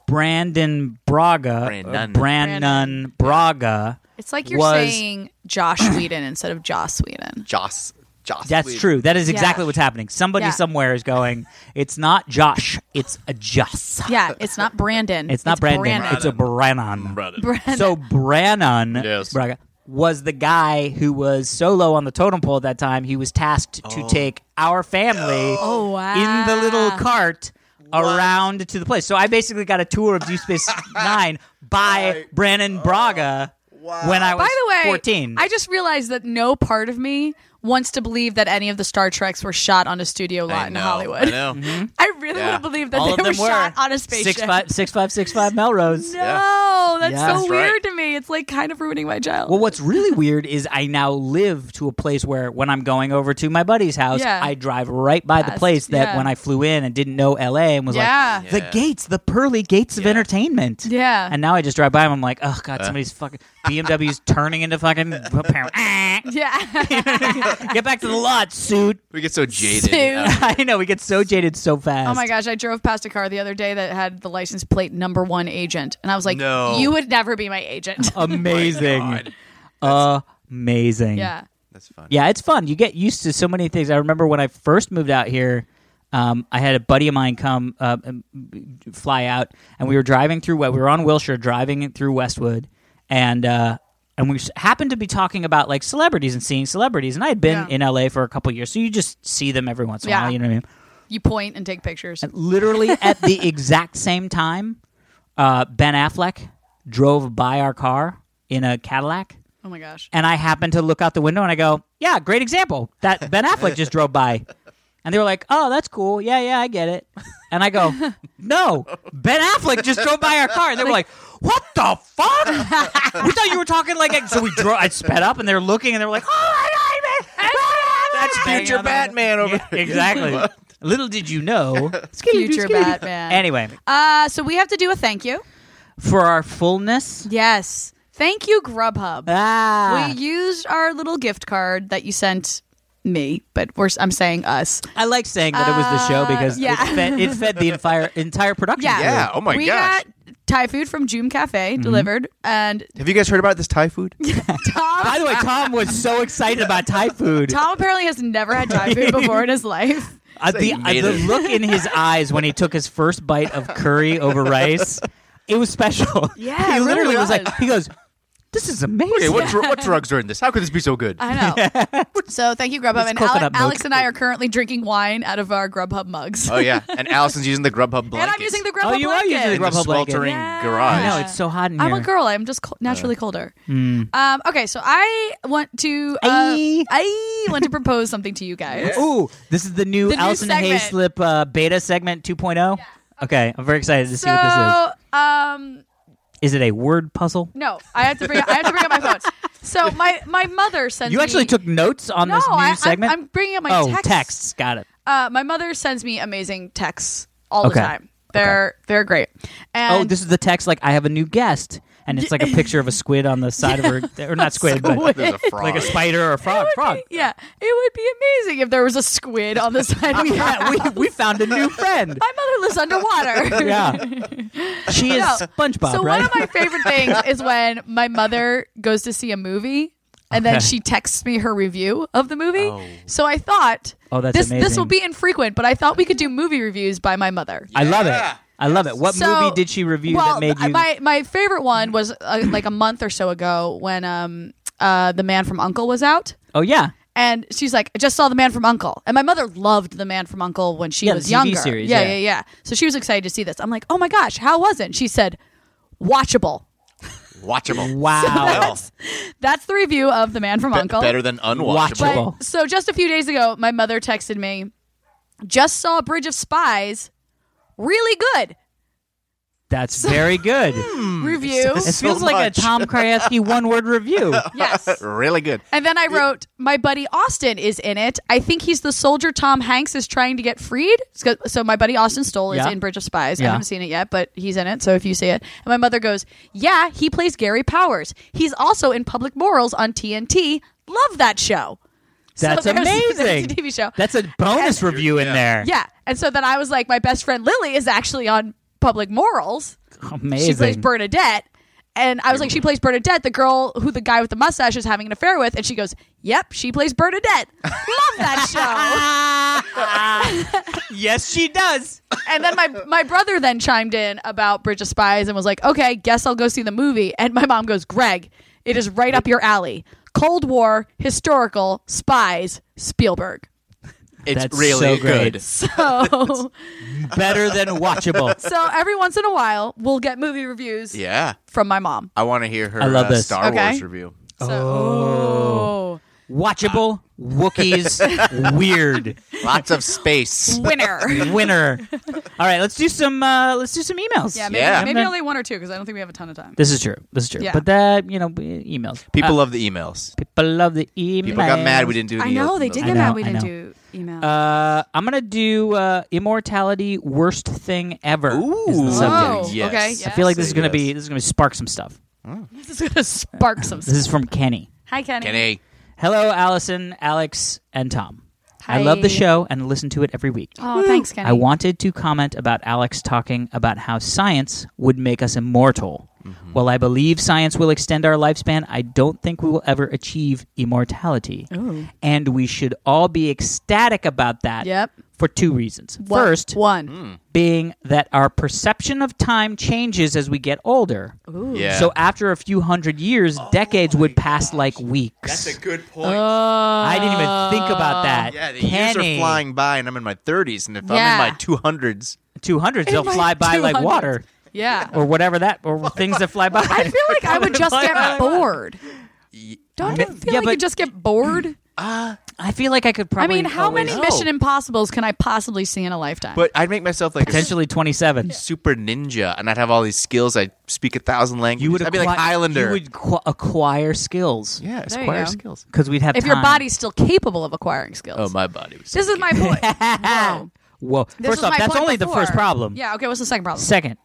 Speaker 2: Brandon Braga,
Speaker 3: Brandon.
Speaker 2: uh, Brandon Braga.
Speaker 1: It's like you're
Speaker 2: was-
Speaker 1: saying
Speaker 2: (coughs)
Speaker 1: Josh Whedon instead of Joss Whedon.
Speaker 3: Joss. Joss.
Speaker 2: That's
Speaker 3: Whedon.
Speaker 2: true. That is exactly
Speaker 1: Yeah.
Speaker 2: what's happening. Somebody
Speaker 1: Yeah.
Speaker 2: somewhere is going. It's not Josh. It's a Joss.
Speaker 1: Yeah, it's not Brandon.
Speaker 2: It's not Brandon. It's a
Speaker 3: Mm,
Speaker 2: Brannon.
Speaker 3: brother.
Speaker 1: Brandon.
Speaker 2: So Brannon
Speaker 3: Yes.
Speaker 2: Braga was the guy who was so low on the totem pole at that time. He was tasked to take our family
Speaker 1: Oh,
Speaker 2: in the little
Speaker 1: wow.
Speaker 2: cart around to the place. So I basically got a tour of Deep
Speaker 1: (laughs)
Speaker 2: Space Nine by Brannon Braga when I was
Speaker 1: By the way,
Speaker 2: 14.
Speaker 1: I just realized that no part of me wants to believe that any of the Star Treks were shot on a studio lot
Speaker 3: I
Speaker 1: in
Speaker 3: know,
Speaker 1: Hollywood.
Speaker 3: I (laughs) know.
Speaker 1: (laughs) I really
Speaker 3: Yeah.
Speaker 1: want to believe that
Speaker 2: All
Speaker 1: they
Speaker 2: of them
Speaker 1: were, shot on a spaceship.
Speaker 2: 65565 Melrose.
Speaker 1: No,
Speaker 3: Yeah.
Speaker 1: that's
Speaker 2: Yeah.
Speaker 1: so
Speaker 2: That's
Speaker 3: right.
Speaker 1: weird to me. It's like kind of ruining my childhood.
Speaker 2: Well, what's really weird is I now live to a place where when I'm going over to my buddy's house,
Speaker 1: Yeah.
Speaker 2: I drive right by the
Speaker 1: Fast,
Speaker 2: place that
Speaker 1: yeah.
Speaker 2: when I flew in and didn't know LA and was
Speaker 1: Yeah.
Speaker 2: like,
Speaker 3: Yeah.
Speaker 2: the gates, the pearly gates of
Speaker 3: Yeah. Uh.
Speaker 2: entertainment.
Speaker 1: Yeah.
Speaker 2: And now I just drive by and I'm like, oh, God, somebody's fucking BMW's (laughs) turning into fucking. Ah.
Speaker 1: yeah. (laughs)
Speaker 2: (laughs)
Speaker 1: Oh
Speaker 2: Get back to the lot, suit. (laughs)
Speaker 3: We get so jaded.
Speaker 1: Suit.
Speaker 3: after-
Speaker 2: I know, we get so jaded so fast.
Speaker 1: oh my gosh, I drove past a car the other day that had the license plate number one agent, and I was like,
Speaker 3: No.
Speaker 1: "You would never be my agent."
Speaker 2: Amazing.
Speaker 3: (laughs) Oh God.
Speaker 2: Amazing.
Speaker 1: yeah.
Speaker 3: That's fun.
Speaker 2: Yeah, it's fun. You get used to so many things. I remember when I first moved out here, um, I had a buddy of mine come uh, and fly out, and we were driving through. We were on Wilshire, driving it through Westwood, and uh, and we s- happened to be talking about like celebrities and seeing celebrities. And I had
Speaker 1: Yeah.
Speaker 2: been in LA for a couple years, so you just see them every once in a
Speaker 1: Yeah.
Speaker 2: while. You know what I mean?
Speaker 1: You point and take pictures.
Speaker 2: literally
Speaker 1: (laughs)
Speaker 2: at the exact same time, uh, Ben Affleck drove by our car in a Cadillac,
Speaker 1: Oh my gosh.
Speaker 2: and I happened to look out the window and I go, "Yeah, great example. That Ben Affleck just drove by." And they were like, "Oh, that's cool. Yeah, yeah, I get it." And I go, "No, Ben Affleck just drove by our car." And they were like, "What the fuck? we thought you were talking like." So we drove. I sped up, and they were looking, and they were like, "Oh my god, Ben Affleck!"
Speaker 3: That's
Speaker 2: Hang
Speaker 3: future
Speaker 2: on.
Speaker 3: Batman over
Speaker 2: Yeah, exactly. Little did you
Speaker 3: (laughs)
Speaker 2: know,
Speaker 1: Future Batman.
Speaker 2: Anyway,
Speaker 1: (laughs) Uh, so we have to do a thank you.
Speaker 2: for our fullness,
Speaker 1: Yes. Thank you, Grubhub.
Speaker 2: ah,
Speaker 1: We used our little gift card that you sent me, but we're, I'm saying us.
Speaker 2: I like saying that it was the show because
Speaker 1: Uh, yeah.
Speaker 2: it, fed, it fed the entire entire production.
Speaker 1: Yeah.
Speaker 2: crew.
Speaker 3: Yeah, Oh my
Speaker 1: we
Speaker 3: gosh.
Speaker 1: got Thai food from Joom Cafe
Speaker 2: Mm-hmm.
Speaker 1: delivered, and
Speaker 3: Have you guys heard about this Thai food?
Speaker 1: Tom,
Speaker 2: By the way, Tom was so excited about Thai food.
Speaker 1: Tom apparently has never had Thai food before in his
Speaker 2: (laughs)
Speaker 1: life.
Speaker 2: Uh, the,
Speaker 3: he
Speaker 2: uh,
Speaker 3: made
Speaker 2: the
Speaker 3: it.
Speaker 2: look in his eyes when he took his first bite of curry over rice, it was special.
Speaker 1: Yeah,
Speaker 2: he
Speaker 1: it really
Speaker 2: literally
Speaker 1: was.
Speaker 2: was like, he goes, "This is amazing."
Speaker 3: Okay, what, dr- what drugs are in this? How could this be so good?
Speaker 1: I know. (laughs) so thank you, Grubhub.
Speaker 2: It's
Speaker 1: and Ale-
Speaker 2: coconut milk.
Speaker 1: Alex and I are currently drinking wine out of our Grubhub mugs.
Speaker 3: Oh yeah, and Allison's using the Grubhub blanket.
Speaker 1: (laughs) and I'm using the Grubhub
Speaker 2: Oh, you are
Speaker 1: blanket.
Speaker 2: using the
Speaker 3: in the
Speaker 2: Grubhub blanket.
Speaker 3: sweltering
Speaker 1: Yeah.
Speaker 2: I know
Speaker 3: garage.
Speaker 2: it's so hot in here. Hmm.
Speaker 1: I'm a girl. I'm just col-
Speaker 3: Uh.
Speaker 1: naturally colder. Um, okay, so I want to. Uh,
Speaker 2: Aye.
Speaker 1: I want to propose something to you guys.
Speaker 2: Ooh, this is the new
Speaker 1: The new
Speaker 2: Allison
Speaker 1: segment.
Speaker 2: Hayslip uh, beta segment 2.0. Okay. I'm very excited to see
Speaker 1: So,
Speaker 2: what
Speaker 1: um,
Speaker 2: this is. Is it a word puzzle?
Speaker 1: no, I have to bring. I have to bring up my phone. So
Speaker 2: (laughs)
Speaker 1: my my mother sends.
Speaker 2: You actually
Speaker 1: me,
Speaker 2: took notes on
Speaker 1: no.
Speaker 2: this new
Speaker 1: I, I'm-
Speaker 2: segment.
Speaker 1: I'm, bringing up my
Speaker 2: oh,
Speaker 1: texts.
Speaker 2: texts. Got it.
Speaker 1: Uh, my mother sends me amazing texts all
Speaker 2: Okay.
Speaker 1: the time. They're they're great. And
Speaker 2: Oh, this is the text like I have a new guest, and it's like a picture of a squid on the side
Speaker 1: (laughs)
Speaker 2: of her, or not squid, but
Speaker 3: There's a
Speaker 2: (laughs)
Speaker 3: frog.
Speaker 2: like a spider or a frog. Frog.
Speaker 1: (laughs) yeah, it would be amazing if there was a squid on the side.
Speaker 2: (laughs)
Speaker 1: of my
Speaker 2: (laughs) yeah, we, we found a new
Speaker 1: (laughs)
Speaker 2: friend.
Speaker 1: mother lives underwater.
Speaker 2: (laughs) Yeah, she is
Speaker 1: No. (laughs)
Speaker 2: SpongeBob,
Speaker 1: so
Speaker 2: right?
Speaker 1: one of my favorite things is when my mother goes to see a movie and then
Speaker 2: Okay.
Speaker 1: she texts me her review of the movie.
Speaker 3: Oh.
Speaker 1: So I thought
Speaker 2: Oh, that's
Speaker 1: this this
Speaker 2: amazing.
Speaker 1: will be infrequent, but I thought we could do movie reviews by my mother.
Speaker 2: I love it.
Speaker 3: Yeah.
Speaker 2: I love it. What
Speaker 1: So-
Speaker 2: movie did she review
Speaker 1: well,
Speaker 2: that made
Speaker 1: th-
Speaker 2: you?
Speaker 1: My my favorite one was uh, like a month or so ago when um uh the man from Uncle was out.
Speaker 2: oh yeah,
Speaker 1: (laughs) And she's like, I just saw The Man from Uncle. And my mother loved The Man from Uncle when she
Speaker 2: Yeah, the
Speaker 1: was
Speaker 2: TV
Speaker 1: younger.
Speaker 2: series,
Speaker 1: yeah,
Speaker 2: yeah.
Speaker 1: yeah, yeah. So she was excited to see this. I'm like, oh my gosh, how was it? And she said, watchable.
Speaker 3: Watchable.
Speaker 2: wow. (laughs)
Speaker 3: Well,
Speaker 1: That's the review of The Man from
Speaker 3: be-
Speaker 1: Uncle.
Speaker 3: better than unwatchable.
Speaker 2: Watchable.
Speaker 1: But, so just a few days ago, my mother texted me, just saw Bridge of Spies. Really good
Speaker 2: That's very good.
Speaker 1: hmm,
Speaker 3: Hmm.
Speaker 1: review.
Speaker 2: It feels like
Speaker 3: much.
Speaker 2: a Tom
Speaker 1: (laughs)
Speaker 2: Krajewski one-word review.
Speaker 3: (laughs)
Speaker 1: yes.
Speaker 3: Really good.
Speaker 1: And then I wrote, my buddy Austin is in it. I think he's the soldier Tom Hanks is trying to get freed. So- So my buddy Austin Stoll is
Speaker 2: Yeah.
Speaker 1: in Bridge of Spies. I
Speaker 2: Yeah.
Speaker 1: haven't seen it yet, but he's in it. So if you see it, and my mother goes, yeah, he plays Gary Powers. He's also in Public Morals on TNT. Love that show. So
Speaker 2: That's
Speaker 1: there's- (laughs) there's a
Speaker 2: amazing.
Speaker 1: TV show.
Speaker 2: That's a bonus review in there.
Speaker 1: yeah. And so then I was like, my best friend Lily is actually on Public Morals.
Speaker 2: Amazing.
Speaker 1: She plays Bernadette. And I was like, she plays Bernadette, the girl who the guy with the mustache is having an affair with. And she goes, Yep, she plays Bernadette. Love that
Speaker 2: Ah.
Speaker 1: (laughs)
Speaker 2: (laughs) yes, she does.
Speaker 1: show. and then my, my brother then chimed in about Bridge of Spies and was like, Okay, guess I'll go see the movie. And my mom goes, Greg, it is right up your alley. Cold War, historical, spies, Spielberg. (laughs)
Speaker 3: It's
Speaker 2: That's
Speaker 3: really
Speaker 2: so great.
Speaker 3: good.
Speaker 1: So,
Speaker 2: Better than watchable.
Speaker 1: so every once in a while, we'll get movie reviews
Speaker 3: Yeah.
Speaker 1: from my mom.
Speaker 3: I want to hear her
Speaker 2: I love
Speaker 3: uh,
Speaker 2: this.
Speaker 3: Star
Speaker 1: Okay.
Speaker 3: Wars review.
Speaker 1: So, oh.
Speaker 2: Watchable. Wookiees. weird.
Speaker 3: Lots
Speaker 1: (laughs)
Speaker 3: of space.
Speaker 1: winner.
Speaker 2: Winner. All right, let's do some. Uh, let's do some emails.
Speaker 1: Yeah, maybe,
Speaker 3: maybe- Yeah.
Speaker 2: maybe
Speaker 1: only one or two because I don't think we have a ton of time.
Speaker 2: This is true. This is true.
Speaker 1: Yeah.
Speaker 2: But that you know, we- emails.
Speaker 3: People
Speaker 2: Uh,
Speaker 3: love the emails.
Speaker 2: people love the emails.
Speaker 3: People got mad we didn't do. uh, Any
Speaker 1: I know
Speaker 3: of
Speaker 1: they
Speaker 3: those.
Speaker 1: did
Speaker 2: I
Speaker 1: get
Speaker 2: know,
Speaker 1: mad we
Speaker 2: I
Speaker 1: didn't
Speaker 2: know.
Speaker 1: do email.
Speaker 2: Uh, (laughs) I'm gonna do uh, immortality. Worst thing ever. is the
Speaker 3: Ooh.
Speaker 2: subject.
Speaker 1: Whoa,
Speaker 3: Yes.
Speaker 1: okay,
Speaker 2: I feel like this
Speaker 3: Say
Speaker 2: is gonna be
Speaker 3: yes.
Speaker 2: this is gonna spark some stuff.
Speaker 1: this is gonna spark some.
Speaker 2: This is from Kenny.
Speaker 1: Hi, Kenny.
Speaker 3: Kenny.
Speaker 2: Hello, Allison, Alex, and Tom. I love
Speaker 1: Hi.
Speaker 2: the show and listen to it every week.
Speaker 1: Oh, thanks, Kenny.
Speaker 2: I wanted to comment about Alex talking about how science would make us immortal.
Speaker 3: Mm-hmm.
Speaker 2: While I believe science will extend our lifespan, I don't think we will ever achieve immortality. And we should all be ecstatic about that
Speaker 1: Yep.
Speaker 2: for two reasons.
Speaker 1: One-
Speaker 2: First,
Speaker 1: one.
Speaker 2: Hmm. being that our perception of time changes as we get older.
Speaker 3: Yeah. Oh
Speaker 2: So after a few hundred years, decades would pass like weeks.
Speaker 3: that's a good point.
Speaker 1: Uh,
Speaker 2: I didn't even think about that.
Speaker 3: yeah, the
Speaker 2: uh, Kenny,
Speaker 3: years are flying by, and I'm in my 30s, and if
Speaker 1: Yeah.
Speaker 3: I'm in my 200s,
Speaker 2: 200s, they'll
Speaker 1: my
Speaker 2: fly by like
Speaker 1: 200s.
Speaker 2: water. (laughs)
Speaker 1: Yeah.
Speaker 2: or whatever that or things that fly
Speaker 1: (laughs)
Speaker 2: by.
Speaker 1: I feel like I would just get bored. Don't you
Speaker 2: Yeah,
Speaker 1: feel like you
Speaker 2: but-
Speaker 1: just get bored?
Speaker 2: I feel like I could
Speaker 1: I
Speaker 2: (clears throat) probably.
Speaker 1: mean, how many
Speaker 2: always- Oh.
Speaker 3: No.
Speaker 1: Mission Impossibles can I possibly see in a lifetime?
Speaker 3: but I'd make myself like a
Speaker 2: Potentially twenty-seven.
Speaker 3: super ninja, and I'd have all these skills. I'd speak a thousand languages.
Speaker 2: You would.
Speaker 3: I'd be like
Speaker 2: acqui-
Speaker 3: Highlander.
Speaker 2: You would qu- acquire skills.
Speaker 3: yeah,
Speaker 1: There you
Speaker 3: acquire
Speaker 1: go.
Speaker 3: skills.
Speaker 2: Because we'd have.
Speaker 1: if your
Speaker 2: time.
Speaker 1: body's still capable of acquiring skills.
Speaker 3: Oh, my body. Was
Speaker 1: this is
Speaker 2: (laughs)
Speaker 1: my point. Whoa.
Speaker 2: Whoa.
Speaker 1: This
Speaker 2: first
Speaker 1: was
Speaker 2: off,
Speaker 1: my
Speaker 2: that's
Speaker 1: point
Speaker 2: only the first
Speaker 1: before.
Speaker 2: problem.
Speaker 1: Yeah. Okay. What's the second problem?
Speaker 2: Second,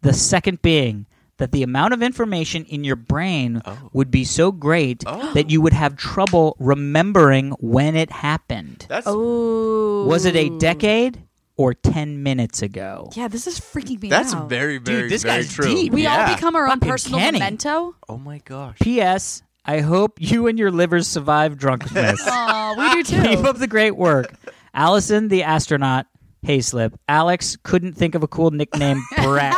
Speaker 2: the second being that the amount of information in your brain
Speaker 1: Oh.
Speaker 2: would be so
Speaker 1: (gasps)
Speaker 2: great that you would have trouble remembering when it happened.
Speaker 3: that's
Speaker 1: Ooh.
Speaker 2: Was it a decade or ten minutes ago?
Speaker 1: Yeah. This is freaking me
Speaker 3: that's
Speaker 1: out.
Speaker 3: very very
Speaker 2: this
Speaker 3: very
Speaker 2: guy's
Speaker 3: true.
Speaker 2: deep.
Speaker 1: We
Speaker 3: Yeah.
Speaker 1: all become our own
Speaker 2: Fucking
Speaker 1: personal (laughs)
Speaker 2: Kenny.
Speaker 1: memento.
Speaker 3: Oh my gosh.
Speaker 2: P.S. I hope you and your livers survive drunkenness.
Speaker 1: (laughs) Oh, we do
Speaker 2: (laughs) Keep
Speaker 1: too.
Speaker 2: up the great work. Allison, the astronaut, Hayslip. Alex couldn't think of a
Speaker 1: (laughs)
Speaker 2: cool nickname, Brett.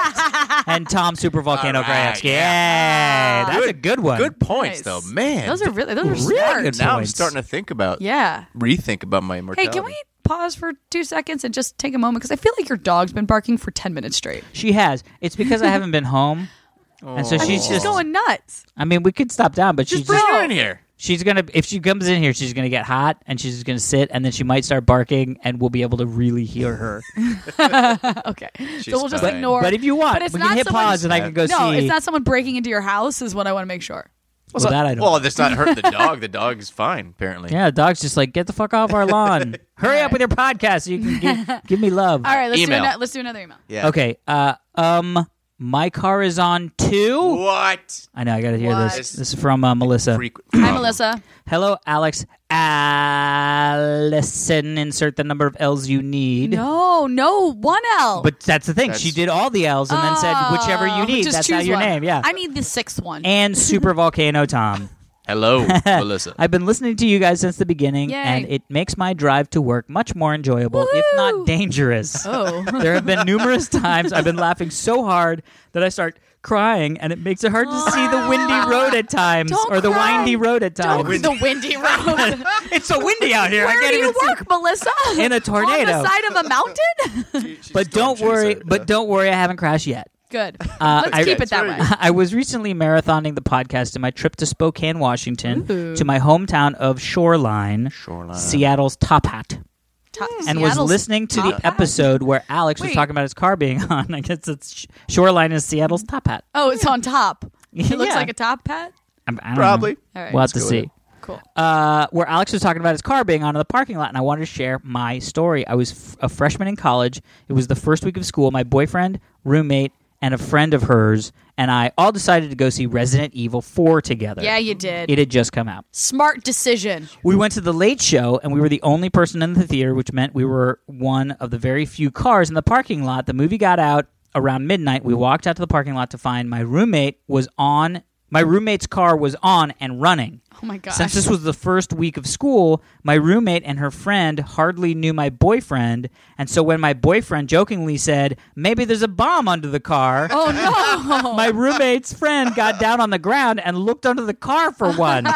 Speaker 2: and Tom, Super Volcano
Speaker 3: All right,
Speaker 2: Krajewski. Yeah. that's a good one.
Speaker 3: Good
Speaker 1: Nice.
Speaker 3: points, though, man.
Speaker 1: Those are really those are
Speaker 2: Really
Speaker 1: smart.
Speaker 2: good.
Speaker 3: now I'm
Speaker 2: points.
Speaker 3: starting to think about
Speaker 1: Yeah.
Speaker 3: rethink about my
Speaker 1: Hey,
Speaker 3: immortality.
Speaker 1: can we pause for two seconds and just take a moment because I feel like your dog's been barking for ten minutes straight.
Speaker 2: She has. It's because I haven't been home. And so
Speaker 3: I
Speaker 2: she's
Speaker 3: mean,
Speaker 1: Oh. She's
Speaker 2: just.
Speaker 1: going nuts. (laughs)
Speaker 2: I mean, we could stop down, but she's
Speaker 3: Bring
Speaker 2: just.
Speaker 3: her in here.
Speaker 2: She's gonna. If she comes in here, she's gonna get hot, and she's just gonna sit, and then she might start barking, and we'll be able to really hear her.
Speaker 1: Okay,
Speaker 3: She's
Speaker 1: so we'll just
Speaker 3: fine.
Speaker 1: ignore.
Speaker 2: But if you want,
Speaker 1: But it's
Speaker 2: we can
Speaker 1: not
Speaker 2: hit
Speaker 1: someone-
Speaker 2: pause, and I can go
Speaker 1: no,
Speaker 2: see.
Speaker 1: it's not someone breaking into your house. Is what I want to make sure.
Speaker 2: Well, that I don't.
Speaker 3: Well, that's not
Speaker 2: (laughs)
Speaker 3: hurt the dog. The dog's fine, apparently.
Speaker 2: Yeah, the dog's just like, get the fuck off
Speaker 1: (laughs)
Speaker 2: our lawn. Hurry up with your podcast so you can give, give me love.
Speaker 1: All right, let's
Speaker 3: Email.
Speaker 1: do another. Let's do another email.
Speaker 3: Yeah.
Speaker 2: Okay. Uh, um, my car is on two.
Speaker 3: What? Um,
Speaker 2: I know. I gotta hear
Speaker 1: What?
Speaker 2: this. This is from uh, Melissa.
Speaker 3: Freak-
Speaker 1: Hi, Melissa.
Speaker 2: Hello, Alex. Allison. Insert the number of L's you need.
Speaker 1: No, no, one L.
Speaker 2: But that's the thing.
Speaker 3: That's-
Speaker 2: she did all the L's and then said whichever you
Speaker 1: Oh,
Speaker 2: need.
Speaker 1: Just
Speaker 2: That's not
Speaker 1: choose
Speaker 2: your
Speaker 1: one.
Speaker 2: name. Yeah.
Speaker 1: (laughs) I need the sixth one.
Speaker 2: and Super Volcano Tom. (laughs)
Speaker 3: Hello, Melissa.
Speaker 2: I've been listening to you guys since the beginning,
Speaker 1: Yay.
Speaker 2: and it makes my drive to work much more enjoyable, if
Speaker 1: Woohoo!
Speaker 2: not dangerous. (laughs)
Speaker 1: Oh.
Speaker 2: there have been numerous times I've been laughing so hard that I start crying, and it makes it hard to see the windy road at times
Speaker 1: Don't
Speaker 2: or the
Speaker 1: cry.
Speaker 2: windy road at
Speaker 1: Don't (laughs)
Speaker 2: times.
Speaker 1: the windy
Speaker 2: (laughs)
Speaker 1: road.
Speaker 2: It's so windy out here. I
Speaker 1: Where
Speaker 2: can't
Speaker 1: do you
Speaker 2: even see.
Speaker 1: work, Melissa?
Speaker 2: In
Speaker 1: (laughs)
Speaker 2: a
Speaker 1: On
Speaker 2: tornado.
Speaker 1: the side of a mountain? (laughs)
Speaker 2: But don't worry. But don't worry. I haven't crashed yet. (laughs)
Speaker 1: Good.
Speaker 2: Uh,
Speaker 1: Let's
Speaker 2: I-
Speaker 1: keep it that
Speaker 3: Sorry.
Speaker 1: way.
Speaker 2: I was recently marathoning the podcast in my trip to Spokane, Washington, to my hometown of Shoreline,
Speaker 3: Shoreline.
Speaker 2: Seattle's Top Hat,
Speaker 1: Ta-
Speaker 2: and was
Speaker 1: Seattle's
Speaker 2: listening to
Speaker 1: Top
Speaker 2: the
Speaker 1: Hat?
Speaker 2: episode where Alex was
Speaker 1: Wait.
Speaker 2: talking about his car being (laughs) on. I guess it's Sh- Shoreline is Seattle's Top Hat.
Speaker 1: Oh, it's on top. It looks
Speaker 2: Yeah.
Speaker 1: like a top hat.
Speaker 2: I'm- I don't know.
Speaker 3: Probably.
Speaker 1: All right.
Speaker 2: We'll have to
Speaker 3: Let's go with
Speaker 2: see.
Speaker 3: it.
Speaker 1: Cool.
Speaker 2: uh, where Alex was talking about his car being on in the parking lot, and I wanted to share my story. I was f- a freshman in college. It was the first week of school. My boyfriend, roommate, and a friend of hers and I all decided to go see Resident Evil 4 together.
Speaker 1: Yeah, you did.
Speaker 2: It had just come out.
Speaker 1: Smart decision.
Speaker 2: We went to the late show, and we were the only person in the theater, which meant we were one of the very few cars in the parking lot. The movie got out around midnight. We walked out to the parking lot to find my roommate was on. My roommate's car was on and running.
Speaker 1: Oh my gosh.
Speaker 2: Since this was the first week of school, my roommate and her friend hardly knew my boyfriend, and so when my boyfriend jokingly said, "Maybe there's a bomb under the car,"
Speaker 1: oh no.
Speaker 2: (laughs) my roommate's friend got down on the ground and looked under the car
Speaker 1: (laughs)
Speaker 2: for one.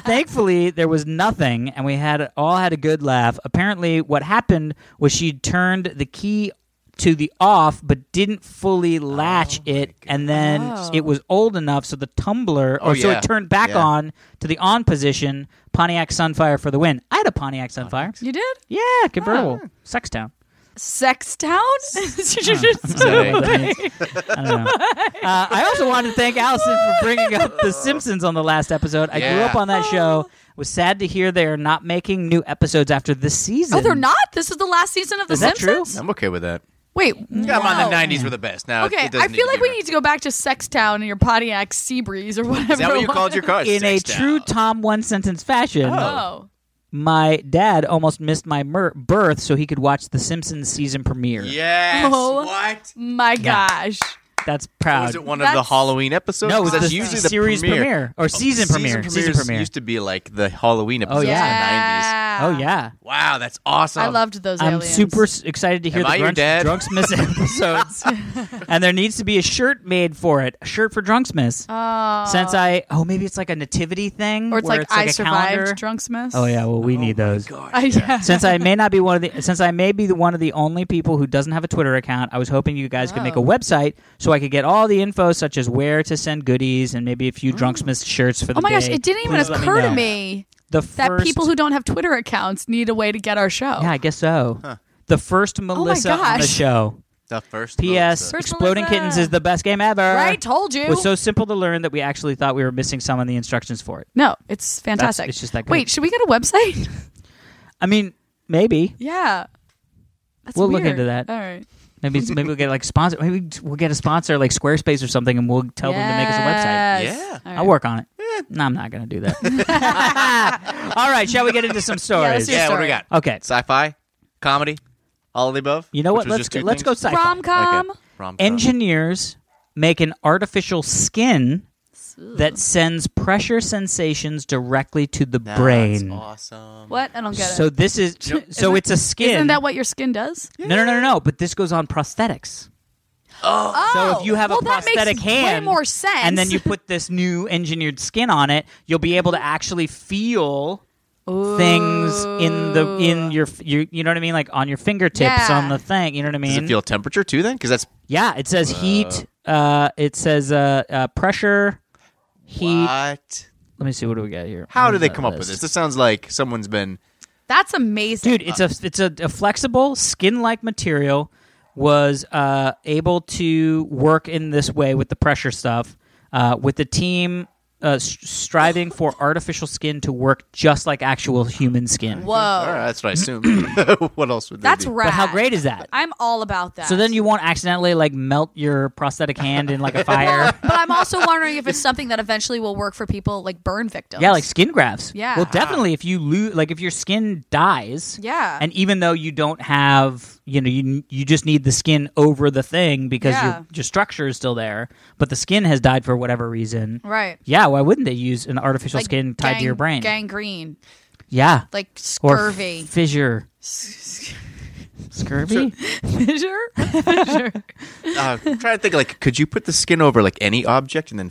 Speaker 2: Thankfully, there was nothing, and we had all had a good laugh. Apparently, what happened was she turned the key to the off, but didn't fully
Speaker 3: Oh
Speaker 2: latch it, and then
Speaker 1: Oh.
Speaker 2: it was old enough so the tumbler, or
Speaker 3: Oh,
Speaker 2: so
Speaker 3: yeah.
Speaker 2: it turned back
Speaker 3: Yeah.
Speaker 2: on to the on position. Pontiac Sunfire for the win. I had a Pontiac Sunfire.
Speaker 1: you did?
Speaker 2: Yeah, convertible, Sextown.
Speaker 1: Sex
Speaker 2: (laughs)
Speaker 1: town? (laughs)
Speaker 3: Say,
Speaker 2: I don't know. Uh, I also wanted to thank Allison for bringing up The Simpsons on the last episode. I grew
Speaker 3: Yeah.
Speaker 2: up on that show. Was sad to hear they are not making new episodes after this season.
Speaker 1: oh, they're not? This is the last season of The
Speaker 2: Is that true?
Speaker 1: Simpsons?
Speaker 3: I'm okay with that.
Speaker 1: Wait.
Speaker 3: Come on,
Speaker 1: wow.
Speaker 3: the '90s were the best. Now,
Speaker 1: Okay,
Speaker 3: it doesn't
Speaker 1: I feel
Speaker 3: to
Speaker 1: like
Speaker 3: be
Speaker 1: we
Speaker 3: right.
Speaker 1: need to go back to Sex Town and your Pontiac Sea Breeze or whatever.
Speaker 3: Is that what you called your car?
Speaker 2: In a
Speaker 3: Sextown.
Speaker 2: true Tom one sentence fashion,
Speaker 1: (laughs) Oh.
Speaker 2: my dad almost missed my mer- birth so he could watch The Simpsons season premiere.
Speaker 3: Yes.
Speaker 1: Oh.
Speaker 3: What?
Speaker 1: My gosh.
Speaker 2: That's proud.
Speaker 3: Was it one of the
Speaker 1: That's-
Speaker 3: Halloween episodes?
Speaker 2: no, it was
Speaker 3: 'Cause
Speaker 2: the
Speaker 3: that's usually the
Speaker 2: series premiere, or season premiere. Season
Speaker 3: premieres
Speaker 2: premiere.
Speaker 3: used to be like the Halloween
Speaker 2: Oh,
Speaker 3: episodes in
Speaker 1: yeah.
Speaker 2: oh yeah.
Speaker 3: the 90s. Wow, that's awesome.
Speaker 1: I loved those
Speaker 2: I'm
Speaker 1: aliens.
Speaker 2: super s- excited to hear
Speaker 3: Am
Speaker 2: the
Speaker 3: I your
Speaker 2: Grunts-
Speaker 3: dad? (laughs)
Speaker 2: Drunksmith
Speaker 1: (laughs)
Speaker 2: episodes, and there needs to be a shirt made for it. A shirt for Drunksmith.
Speaker 1: Oh.
Speaker 2: Since I oh maybe it's like a nativity thing,
Speaker 1: or it's
Speaker 2: where
Speaker 1: like,
Speaker 2: like
Speaker 1: I
Speaker 2: a calendar.
Speaker 1: survived Drunk's Mess.
Speaker 2: Oh yeah, well we need those.
Speaker 1: (laughs) I, yeah.
Speaker 2: (laughs) Since I may not be one of
Speaker 3: (laughs)
Speaker 2: the since I may be the one of the only people who doesn't have a Twitter account, I was hoping you guys could make
Speaker 1: Oh.
Speaker 2: a website so I could get all the info, such as where to send goodies and maybe a few Drunksmith shirts for the
Speaker 1: Mm. Oh my gosh,
Speaker 2: day.
Speaker 1: it didn't even
Speaker 2: Please let
Speaker 1: occur to
Speaker 2: know.
Speaker 1: me
Speaker 2: the
Speaker 1: that
Speaker 2: first,
Speaker 1: people who don't have Twitter accounts need a way to get our show.
Speaker 2: yeah I guess so. The first Melissa on the
Speaker 1: Oh gosh.
Speaker 2: show.
Speaker 3: the first.
Speaker 2: P.S.
Speaker 1: First
Speaker 2: Exploding
Speaker 1: Melissa.
Speaker 2: Kittens is the best game ever.
Speaker 1: Right? Told you.
Speaker 2: It was so simple to learn that we actually thought we were missing some of the instructions for it.
Speaker 1: no, it's fantastic.
Speaker 2: it's just that good.
Speaker 1: Wait, should we get a website? (laughs)
Speaker 2: I mean, maybe,
Speaker 1: yeah. That's
Speaker 2: We'll look
Speaker 1: weird.
Speaker 2: into that.
Speaker 1: All right.
Speaker 2: maybe, it's, maybe we'll get like sponsor. Maybe we'll get a sponsor like Squarespace or something, and we'll tell them to make us a website.
Speaker 1: Yes.
Speaker 3: Yeah.
Speaker 1: All
Speaker 2: I'll
Speaker 1: right.
Speaker 2: work on it. Eh, No, I'm not going to
Speaker 1: (laughs)
Speaker 2: do that. All right, shall we get into some stories?
Speaker 1: let's do-
Speaker 3: Yeah, what do
Speaker 1: Sorry.
Speaker 3: we got?
Speaker 2: Okay.
Speaker 3: Sci-fi, comedy, all of the above.
Speaker 2: You know what?
Speaker 3: Which was
Speaker 2: Let's
Speaker 3: just
Speaker 2: go,
Speaker 3: two
Speaker 2: let's go.
Speaker 3: things?
Speaker 2: Sci-fi.
Speaker 1: Rom-com.
Speaker 3: Okay. Rom-com.
Speaker 2: Engineers make an artificial skin that sends pressure sensations directly to the
Speaker 3: That's
Speaker 2: brain.
Speaker 3: Awesome.
Speaker 1: What? I don't get
Speaker 2: So
Speaker 1: it.
Speaker 2: this is
Speaker 3: Yep.
Speaker 2: so
Speaker 1: Isn't-
Speaker 2: it's a skin.
Speaker 1: Isn't that what your skin does?
Speaker 2: No, no, no, no, no. But this goes on prosthetics.
Speaker 1: Oh,
Speaker 2: So if you have
Speaker 1: well,
Speaker 2: a prosthetic
Speaker 1: that makes
Speaker 2: hand,
Speaker 1: way more sense.
Speaker 2: and then you put this new engineered skin on it, you'll be able to actually feel things in the in your, your you know what I mean, like on your fingertips
Speaker 1: Yeah.
Speaker 2: on the thing. You know what I mean?
Speaker 3: Does it feel temperature too? Then, because that's
Speaker 2: yeah, it says heat. Uh, it says uh, uh, pressure, heat.
Speaker 3: what.
Speaker 2: Let me see. What do we got here?
Speaker 3: How
Speaker 2: Where's
Speaker 3: do they
Speaker 2: that
Speaker 3: come up with
Speaker 2: list?
Speaker 3: this? This sounds like someone's been.
Speaker 1: that's amazing.
Speaker 2: dude it's a it's a, a flexible skin-like material was uh, able to work in this way with the pressure stuff uh, with the team uh, s- striving for artificial skin to work just like actual human skin
Speaker 1: Whoa,
Speaker 3: All right, that's what I assume. (laughs) what else would they
Speaker 1: Oh. that's
Speaker 3: do?
Speaker 1: rad.
Speaker 2: but how great is that
Speaker 1: I'm all about that. (laughs)
Speaker 2: so then you won't accidentally like melt your prosthetic hand in like
Speaker 1: (laughs)
Speaker 2: a fire (laughs)
Speaker 1: but I'm also wondering if it's something that eventually will work for people like burn victims.
Speaker 2: yeah like skin grafts
Speaker 1: Yeah.
Speaker 2: well definitely if you lose like if your skin dies
Speaker 1: Yeah.
Speaker 2: and even though you don't have you know you you just need the skin over the thing because
Speaker 1: Yeah.
Speaker 2: your your structure is still there, but the skin has died for whatever reason.
Speaker 1: Right.
Speaker 2: Yeah, why wouldn't they use an artificial
Speaker 1: Like
Speaker 2: skin tied to your
Speaker 1: gang-
Speaker 2: brain?
Speaker 1: Gangrene,
Speaker 2: Yeah,
Speaker 1: like
Speaker 2: or (laughs)
Speaker 1: scurvy. (laughs)
Speaker 2: fissure, scurvy.
Speaker 1: Fissure? Fissure.
Speaker 3: uh, I'm trying to think like could you put the skin over like any object and then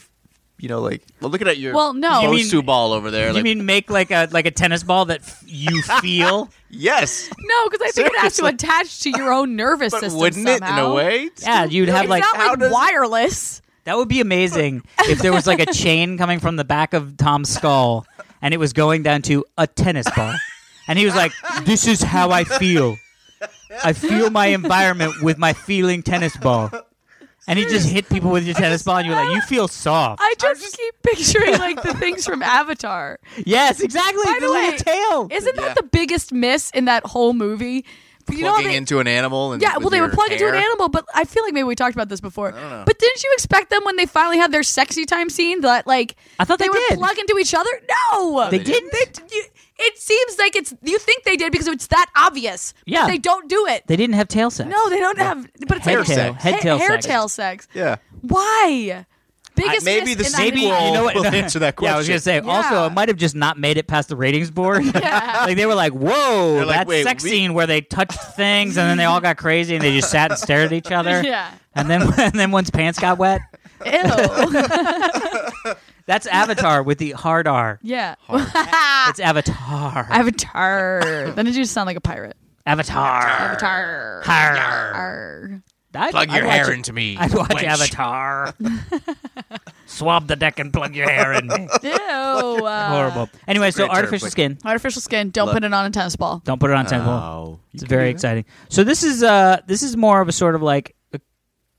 Speaker 3: you know like well looking at your
Speaker 1: Well, no. You
Speaker 2: mean-
Speaker 3: Bosu ball over there
Speaker 2: You
Speaker 3: like
Speaker 2: mean make like a like a tennis ball that f- you
Speaker 1: (laughs)
Speaker 2: feel?
Speaker 3: yes
Speaker 1: No, because I think it has to
Speaker 3: Seriously.
Speaker 1: attach to your own nervous
Speaker 3: but
Speaker 1: system.
Speaker 3: wouldn't it in
Speaker 1: somehow.
Speaker 3: a way
Speaker 2: yeah, you'd have
Speaker 1: it's
Speaker 2: like
Speaker 1: not
Speaker 3: how
Speaker 1: like
Speaker 3: does-
Speaker 1: wireless.
Speaker 2: that would be amazing if there was like a chain coming from the back of Tom's skull and it was going down to a tennis ball, and he was like, "This is how I feel. I feel my environment with my feeling tennis ball." And he just hit people with your tennis ball, and you were like, "You feel soft."
Speaker 1: I just, keep
Speaker 3: (laughs)
Speaker 1: picturing like the things from Avatar.
Speaker 2: yes, exactly.
Speaker 1: By
Speaker 2: the
Speaker 1: the way,
Speaker 2: little tail.
Speaker 1: Isn't
Speaker 3: Yeah.
Speaker 1: that the biggest miss in that whole movie? You know,
Speaker 3: plugging
Speaker 1: they-
Speaker 3: into an animal and
Speaker 1: Yeah, well,
Speaker 3: with
Speaker 1: they
Speaker 3: your
Speaker 1: were plugged into an
Speaker 3: hair?
Speaker 1: animal, but I feel like maybe we talked about this before. But didn't you expect them when they finally had their sexy time scene that like
Speaker 2: I thought they
Speaker 1: would
Speaker 2: did.
Speaker 1: plug into each other? No,
Speaker 2: They didn't?
Speaker 1: They- you- it seems like it's you think they did because it's that obvious. but
Speaker 2: Yeah.
Speaker 1: they don't do it.
Speaker 2: They didn't have tail sex.
Speaker 1: no, they don't have. But it's
Speaker 2: Hair
Speaker 1: like
Speaker 2: tail. Head
Speaker 1: ha-
Speaker 2: tail
Speaker 1: hair
Speaker 2: sex.
Speaker 1: tail sex.
Speaker 3: yeah
Speaker 1: Why? Biggest
Speaker 3: I-
Speaker 1: miss
Speaker 3: maybe the
Speaker 1: in that
Speaker 2: Maybe you
Speaker 1: movie.
Speaker 3: sequel-
Speaker 2: know what?
Speaker 3: will answer that
Speaker 2: (laughs) Yeah, I was gonna say.
Speaker 1: question.
Speaker 2: Also,
Speaker 1: Yeah.
Speaker 2: it might have just not made it past the ratings board.
Speaker 1: (laughs) Yeah.
Speaker 2: like they were like, "Whoa,
Speaker 3: They're like,
Speaker 2: that
Speaker 3: "Wait,
Speaker 2: sex
Speaker 3: we-
Speaker 2: scene where they
Speaker 3: (laughs)
Speaker 2: touched things and then they all got crazy and they just sat and stared at each other." (laughs)
Speaker 1: Yeah.
Speaker 2: And then and then one's pants got wet.
Speaker 1: Ew.
Speaker 2: That's Avatar with the hard R.
Speaker 1: yeah.
Speaker 2: It's Avatar.
Speaker 1: (laughs) Avatar. then did you sound like a pirate?
Speaker 2: Avatar.
Speaker 1: Avatar.
Speaker 2: Avatar.
Speaker 1: Avatar.
Speaker 2: I'd-
Speaker 3: plug your
Speaker 2: I'd watch
Speaker 3: hair
Speaker 2: it.
Speaker 3: into me
Speaker 2: I'd watch
Speaker 3: wench.
Speaker 2: Avatar. Swab the deck and plug your hair in. (laughs)
Speaker 1: Ew. uh,
Speaker 2: Horrible. Anyway, so
Speaker 3: Great term,
Speaker 2: artificial
Speaker 3: but-
Speaker 2: skin.
Speaker 1: Artificial skin. Don't put it on a tennis ball.
Speaker 2: Don't put it on temple.
Speaker 3: Oh, you
Speaker 2: It's
Speaker 3: can
Speaker 2: very
Speaker 3: do that.
Speaker 2: exciting. So this is uh this is more of a sort of like a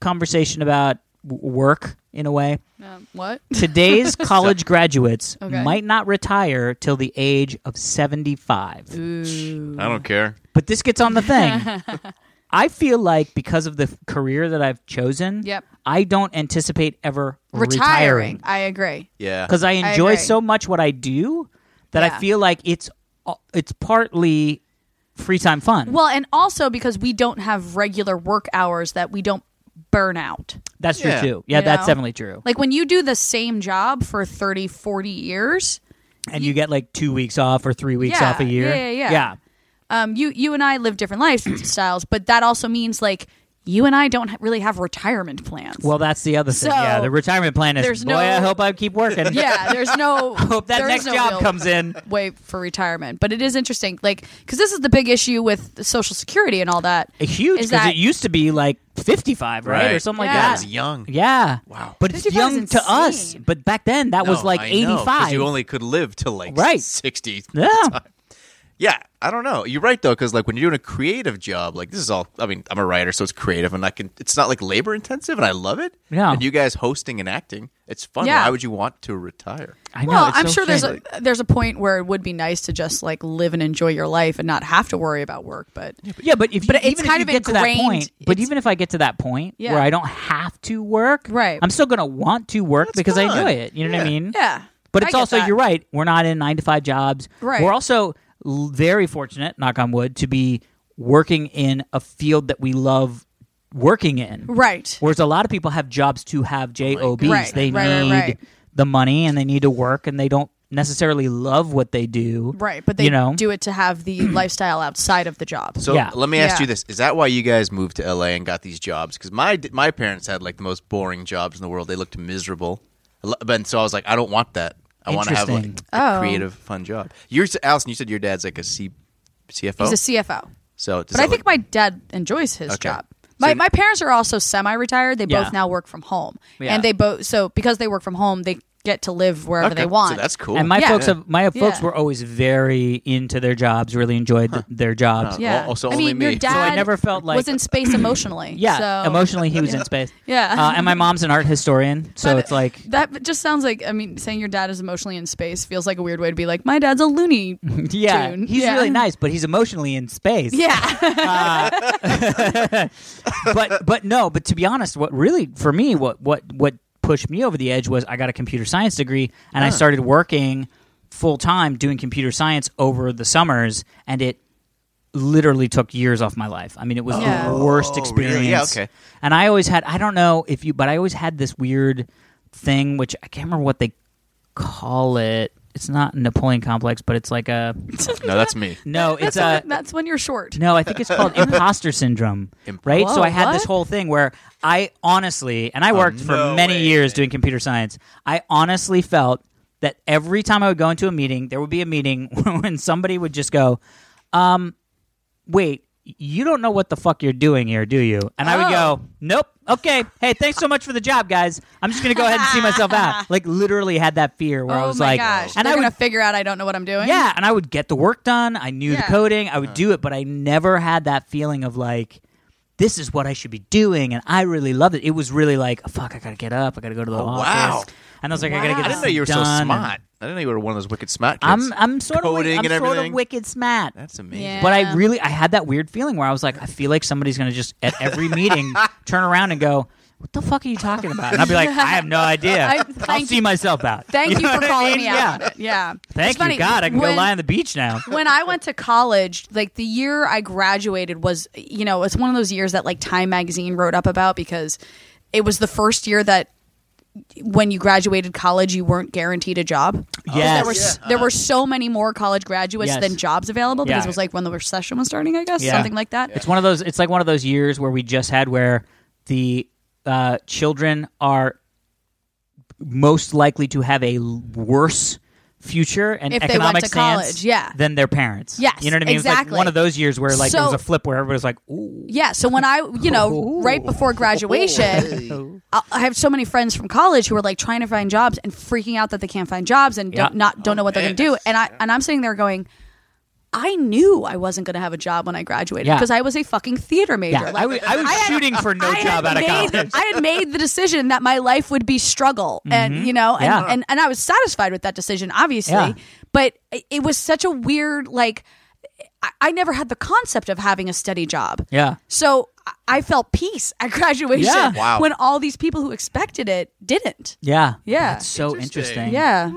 Speaker 2: conversation about w- work in a way.
Speaker 1: Um,
Speaker 2: (laughs)
Speaker 1: what?
Speaker 2: Today's college graduates
Speaker 1: Okay.
Speaker 2: might not retire till the age of 75.
Speaker 1: Ooh.
Speaker 3: I don't care
Speaker 2: But this gets on the thing. I feel like because of the f- career that I've chosen,
Speaker 1: Yep.
Speaker 2: I don't anticipate ever
Speaker 1: Retiring. I agree.
Speaker 3: yeah
Speaker 2: because I
Speaker 1: I
Speaker 2: enjoy
Speaker 1: agree.
Speaker 2: so much what I do that
Speaker 1: Yeah.
Speaker 2: I feel like it's a- it's partly free time fun.
Speaker 1: Well, and also because we don't have regular work hours that we don't burn out.
Speaker 2: that's true
Speaker 3: Yeah.
Speaker 2: too. Yeah,
Speaker 1: You
Speaker 2: that's
Speaker 1: know?
Speaker 2: definitely true.
Speaker 1: Like when you do the same job for 30, 40 years,
Speaker 2: and you, get like two weeks off or three weeks
Speaker 1: Yeah,
Speaker 2: off a year.
Speaker 1: yeah, yeah, yeah. um, you you and I live different (clears throat) lifestyles, but that also means like you and I don't ha- really have retirement plans.
Speaker 2: Well, that's the other thing.
Speaker 1: So,
Speaker 2: yeah, the retirement plan is.
Speaker 1: there's
Speaker 2: Boy,
Speaker 1: no-
Speaker 2: I hope I keep working.
Speaker 1: (laughs) yeah, there's no
Speaker 2: (laughs) hope that
Speaker 1: there's
Speaker 2: next
Speaker 1: no
Speaker 2: job
Speaker 1: real
Speaker 2: comes in.
Speaker 1: way for retirement, but it is interesting, like because this is the big issue with the Social Security and all that.
Speaker 2: A huge
Speaker 1: (laughs) Is
Speaker 2: because
Speaker 1: that-
Speaker 2: it used to be like fifty-five, right, or
Speaker 3: Right.
Speaker 2: something
Speaker 1: Yeah.
Speaker 3: I
Speaker 2: like
Speaker 3: was
Speaker 2: that.
Speaker 3: young
Speaker 2: Yeah.
Speaker 3: Wow.
Speaker 2: But it's
Speaker 1: 55 is
Speaker 2: young to us.
Speaker 1: insane.
Speaker 2: But back then, that was
Speaker 3: No,
Speaker 2: like
Speaker 3: I know, 'cause
Speaker 2: eighty-five.
Speaker 3: you only could live till like
Speaker 2: Right.
Speaker 3: sixty
Speaker 2: (laughs)
Speaker 3: (laughs)
Speaker 2: yeah.
Speaker 3: Yeah, I don't know. You're right though, because like when you're doing a creative job, like this is all. I mean, I'm a writer, so it's creative, and I can. It's not like labor intensive, and I love it.
Speaker 2: Yeah.
Speaker 3: And you guys hosting and acting, it's fun.
Speaker 1: Yeah.
Speaker 3: Why would you want to retire?
Speaker 2: I know,
Speaker 1: Well,
Speaker 2: it's
Speaker 1: I'm
Speaker 2: so
Speaker 1: sure there's
Speaker 2: strange.
Speaker 1: a there's a point where it would be nice to just like live and enjoy your life and not have to worry about work, but
Speaker 2: yeah, but if
Speaker 1: but
Speaker 2: you,
Speaker 1: it's
Speaker 2: even
Speaker 1: kind
Speaker 2: if
Speaker 1: of
Speaker 2: you get to that
Speaker 1: ingrained-
Speaker 2: point, but
Speaker 1: it's-
Speaker 2: even if I get to that point
Speaker 1: Yeah.
Speaker 2: where I don't have to work,
Speaker 1: Right.
Speaker 2: I'm still gonna want to work because I
Speaker 3: fun.
Speaker 2: enjoy it. You know what I
Speaker 3: Yeah.
Speaker 2: mean?
Speaker 1: yeah.
Speaker 2: But
Speaker 1: I
Speaker 2: it's
Speaker 1: get
Speaker 2: also
Speaker 1: that.
Speaker 2: you're right. We're not in nine to five jobs.
Speaker 1: Right.
Speaker 2: We're also l- very fortunate, knock on wood, to be working in a field that we love working in.
Speaker 1: Right. Oh
Speaker 2: Whereas a lot of people have jobs to have jobs.
Speaker 1: Right,
Speaker 2: They
Speaker 1: right, right,
Speaker 2: need
Speaker 1: right.
Speaker 2: the money and they need to work and they don't necessarily love what they do.
Speaker 1: Right, but they
Speaker 2: you know
Speaker 1: do it to have
Speaker 2: (clears throat)
Speaker 1: the lifestyle outside of the job.
Speaker 3: So
Speaker 2: Yeah.
Speaker 3: let me ask
Speaker 1: Yeah.
Speaker 3: you this: Is that why you guys moved to LA and got these jobs? Because my my parents had like the most boring jobs in the world. They looked miserable. I lo- But so I was like, I don't want that. I want to have like
Speaker 2: Interesting.
Speaker 3: a
Speaker 1: Oh.
Speaker 3: creative, fun job. You're Allison. You said your dad's like a C, CFO.
Speaker 1: He's a CFO.
Speaker 3: oh. so does
Speaker 1: But I
Speaker 3: that,
Speaker 1: think
Speaker 3: like-
Speaker 1: my dad enjoys his
Speaker 3: Okay.
Speaker 1: job.
Speaker 3: So
Speaker 1: My,
Speaker 3: you-
Speaker 1: my parents are also semi-retired. They
Speaker 2: Yeah.
Speaker 1: both now work from home,
Speaker 2: Yeah.
Speaker 1: and they both so because they work from home, they get to live wherever
Speaker 3: okay.
Speaker 1: they want.
Speaker 3: So that's cool.
Speaker 2: And my
Speaker 1: Yeah.
Speaker 2: folks, have, my folks
Speaker 1: Yeah.
Speaker 2: were always very into their jobs, really enjoyed th- their jobs.
Speaker 1: yeah.
Speaker 3: Al- also
Speaker 1: I mean,
Speaker 3: only
Speaker 1: your
Speaker 3: me. Oh, So
Speaker 1: dad
Speaker 3: I
Speaker 2: never felt like-
Speaker 1: was in space emotionally.
Speaker 2: (clears throat) Yeah,
Speaker 1: so.
Speaker 2: emotionally he was
Speaker 1: (laughs)
Speaker 2: in space.
Speaker 1: Yeah.
Speaker 2: uh, and my mom's an art historian, so
Speaker 1: But
Speaker 2: it's like
Speaker 1: (laughs) that just sounds like I mean, saying your dad is emotionally in space feels like a weird way to be like, my dad's a
Speaker 2: (laughs)
Speaker 1: loony.
Speaker 2: Yeah,
Speaker 1: tune.
Speaker 2: he's
Speaker 1: Yeah.
Speaker 2: really nice, but he's emotionally in space.
Speaker 1: yeah,
Speaker 2: (laughs) but but no, but to be honest, what really for me, what what what pushed me over the edge was I got a computer science degree and I started working full time doing computer science over the summers, and it literally took years off my life. I mean, it was
Speaker 1: Yeah.
Speaker 2: the worst
Speaker 3: Oh,
Speaker 2: experience.
Speaker 3: really? Yeah, okay.
Speaker 2: And I always had I don't know if you but I always had this weird thing which I can't remember what they call it. It's not Napoleon complex, but it's like a
Speaker 3: No, that's me.
Speaker 2: no, Oh, it's a
Speaker 1: (laughs) That's, that's when you're short.
Speaker 2: (laughs) no, I think it's called imposter syndrome,
Speaker 3: Imp-
Speaker 2: right? so
Speaker 1: Whoa,
Speaker 2: I had this
Speaker 1: what?
Speaker 2: whole thing where I honestly, and I worked for
Speaker 3: no
Speaker 2: many
Speaker 3: way,
Speaker 2: years
Speaker 3: man.
Speaker 2: doing computer science, I honestly felt that every time I would go into a meeting, there would be a meeting (laughs) when somebody would just go, um, wait, you don't know what the fuck you're doing here, do you? And I would
Speaker 1: Oh.
Speaker 2: go, nope. Okay. Hey, thanks so much for the job, guys. I'm just gonna go ahead and see
Speaker 1: (laughs)
Speaker 2: myself out. Like literally had that fear where I
Speaker 1: oh
Speaker 2: was
Speaker 1: my
Speaker 2: like,
Speaker 1: gosh!
Speaker 2: and
Speaker 1: They're
Speaker 2: I would
Speaker 1: gonna figure out I don't know what I'm doing.
Speaker 2: yeah, and I would get the work done. I knew
Speaker 1: Yeah.
Speaker 2: the coding. I would do it, but I never had that feeling of like, this is what I should be doing, and I really loved it. It was really like, fuck, I gotta get up. I gotta go to the
Speaker 3: wow.
Speaker 2: office. And I was like, I gotta
Speaker 1: Oh, Wow.
Speaker 2: get.
Speaker 3: I
Speaker 2: This
Speaker 3: didn't know you were so
Speaker 2: done. and-
Speaker 3: smart. I didn't know you were one of those wicked smart kids.
Speaker 2: I'm I'm sort of
Speaker 3: Coding
Speaker 2: wi- I'm
Speaker 3: and
Speaker 2: sort of
Speaker 3: everything.
Speaker 2: wicked smart.
Speaker 3: That's amazing.
Speaker 1: Yeah.
Speaker 2: But I really I had that weird feeling where I was like, I feel like somebody's gonna just at
Speaker 1: (laughs)
Speaker 2: every meeting turn around and go. What the fuck are you talking about? And I'll be like, I have no idea.
Speaker 1: (laughs) I-
Speaker 2: I, will
Speaker 1: thank
Speaker 2: see myself out.
Speaker 1: Thank you
Speaker 2: know
Speaker 1: for
Speaker 2: what I
Speaker 1: calling
Speaker 2: mean?
Speaker 1: me
Speaker 2: Yeah.
Speaker 1: out. on it. Yeah.
Speaker 2: Thank
Speaker 1: It's funny,
Speaker 2: you, God. I can
Speaker 1: when-
Speaker 2: go lie on the beach now.
Speaker 1: when I went to college, like the year I graduated was, you know, it's one of those years that like Time Magazine wrote up about because it was the first year that when you graduated college, you weren't guaranteed a job. 'Cause There
Speaker 2: Yes.
Speaker 1: were, s- there were so many more college graduates
Speaker 2: Yes.
Speaker 1: than jobs available because
Speaker 2: Yeah.
Speaker 1: it was like when the recession was starting, I guess,
Speaker 2: Yeah.
Speaker 1: something like that.
Speaker 2: It's one of those. It's like one of those years where we just had where the uh, children are most likely to have a l- worse future and
Speaker 1: If they went
Speaker 2: economic
Speaker 1: to
Speaker 2: stance
Speaker 1: college, yeah.
Speaker 2: than their parents.
Speaker 1: Yes,
Speaker 2: you know what I mean. It's
Speaker 1: exactly.
Speaker 2: like one of those years where like there was
Speaker 1: So-
Speaker 2: a flip where everybody was like, "Ooh,
Speaker 1: Yeah. So when I, you know, right
Speaker 2: (laughs)
Speaker 1: before
Speaker 2: Oh,
Speaker 3: Oh,
Speaker 1: graduation, I I have so many friends from college who are like trying to find jobs and freaking out that they can't find jobs and
Speaker 2: Yeah.
Speaker 1: don't, not don't know what they're
Speaker 3: man,
Speaker 1: going to do.
Speaker 3: that's-
Speaker 1: And I and I'm sitting there going. I knew I wasn't going to have a job when I graduated
Speaker 2: Yeah.
Speaker 1: because I was a fucking theater major.
Speaker 2: yeah." I wa- I was
Speaker 1: had-
Speaker 2: shooting for no
Speaker 1: I had
Speaker 2: job out of
Speaker 1: made-
Speaker 2: college. Mm-hmm.
Speaker 1: I had made the decision that my life would be struggle, and you know, and,
Speaker 2: Yeah.
Speaker 1: and and I was satisfied with that decision, obviously.
Speaker 2: Yeah.
Speaker 1: But it- it was such a weird, like, I, I never had the concept of having a steady job.
Speaker 2: yeah,
Speaker 1: So I- I felt peace at (laughs) graduation
Speaker 2: Yeah.
Speaker 3: Wow.
Speaker 1: when all these people who expected it didn't.
Speaker 2: yeah,
Speaker 1: Yeah.
Speaker 2: That's so interesting. (laughs)
Speaker 3: Interesting.
Speaker 1: Yeah.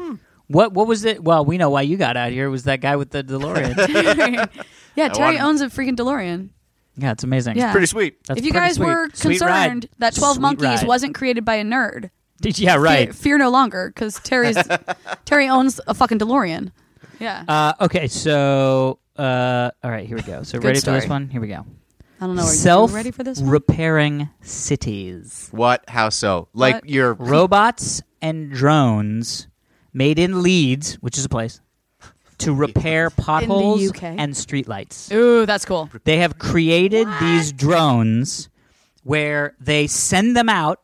Speaker 2: What what was it? Well, we know why you got out here. It was that guy with the
Speaker 1: (laughs)
Speaker 2: DeLorean?
Speaker 1: yeah, Terry
Speaker 3: wanted-
Speaker 1: owns a freaking DeLorean.
Speaker 2: yeah, it's amazing.
Speaker 1: Yeah.
Speaker 3: (laughs) Pretty sweet.
Speaker 2: That's
Speaker 1: if you
Speaker 2: pretty
Speaker 1: guys
Speaker 2: sweet.
Speaker 1: were
Speaker 2: Sweet ride.
Speaker 1: concerned that 12
Speaker 2: Sweet
Speaker 1: Monkeys
Speaker 2: ride.
Speaker 1: wasn't created by a
Speaker 2: (laughs)
Speaker 1: nerd,
Speaker 2: yeah,
Speaker 1: fear,
Speaker 2: right.
Speaker 1: fear no longer because
Speaker 2: (laughs)
Speaker 1: Terry's Terry owns a fucking DeLorean. Yeah.
Speaker 2: Uh, okay, so uh, all right, here we go. So
Speaker 1: Good
Speaker 2: ready for this
Speaker 1: story.
Speaker 2: one? Here we go.
Speaker 1: I don't know. Are
Speaker 2: Self
Speaker 1: you ready for this?
Speaker 2: repairing cities,
Speaker 3: What? How so? Like
Speaker 1: What?
Speaker 3: your
Speaker 2: robots and drones made in Leeds, which is a place, to repair potholes
Speaker 1: UK?
Speaker 2: and streetlights.
Speaker 1: Ooh, that's cool.
Speaker 2: They have created these drones where they send them out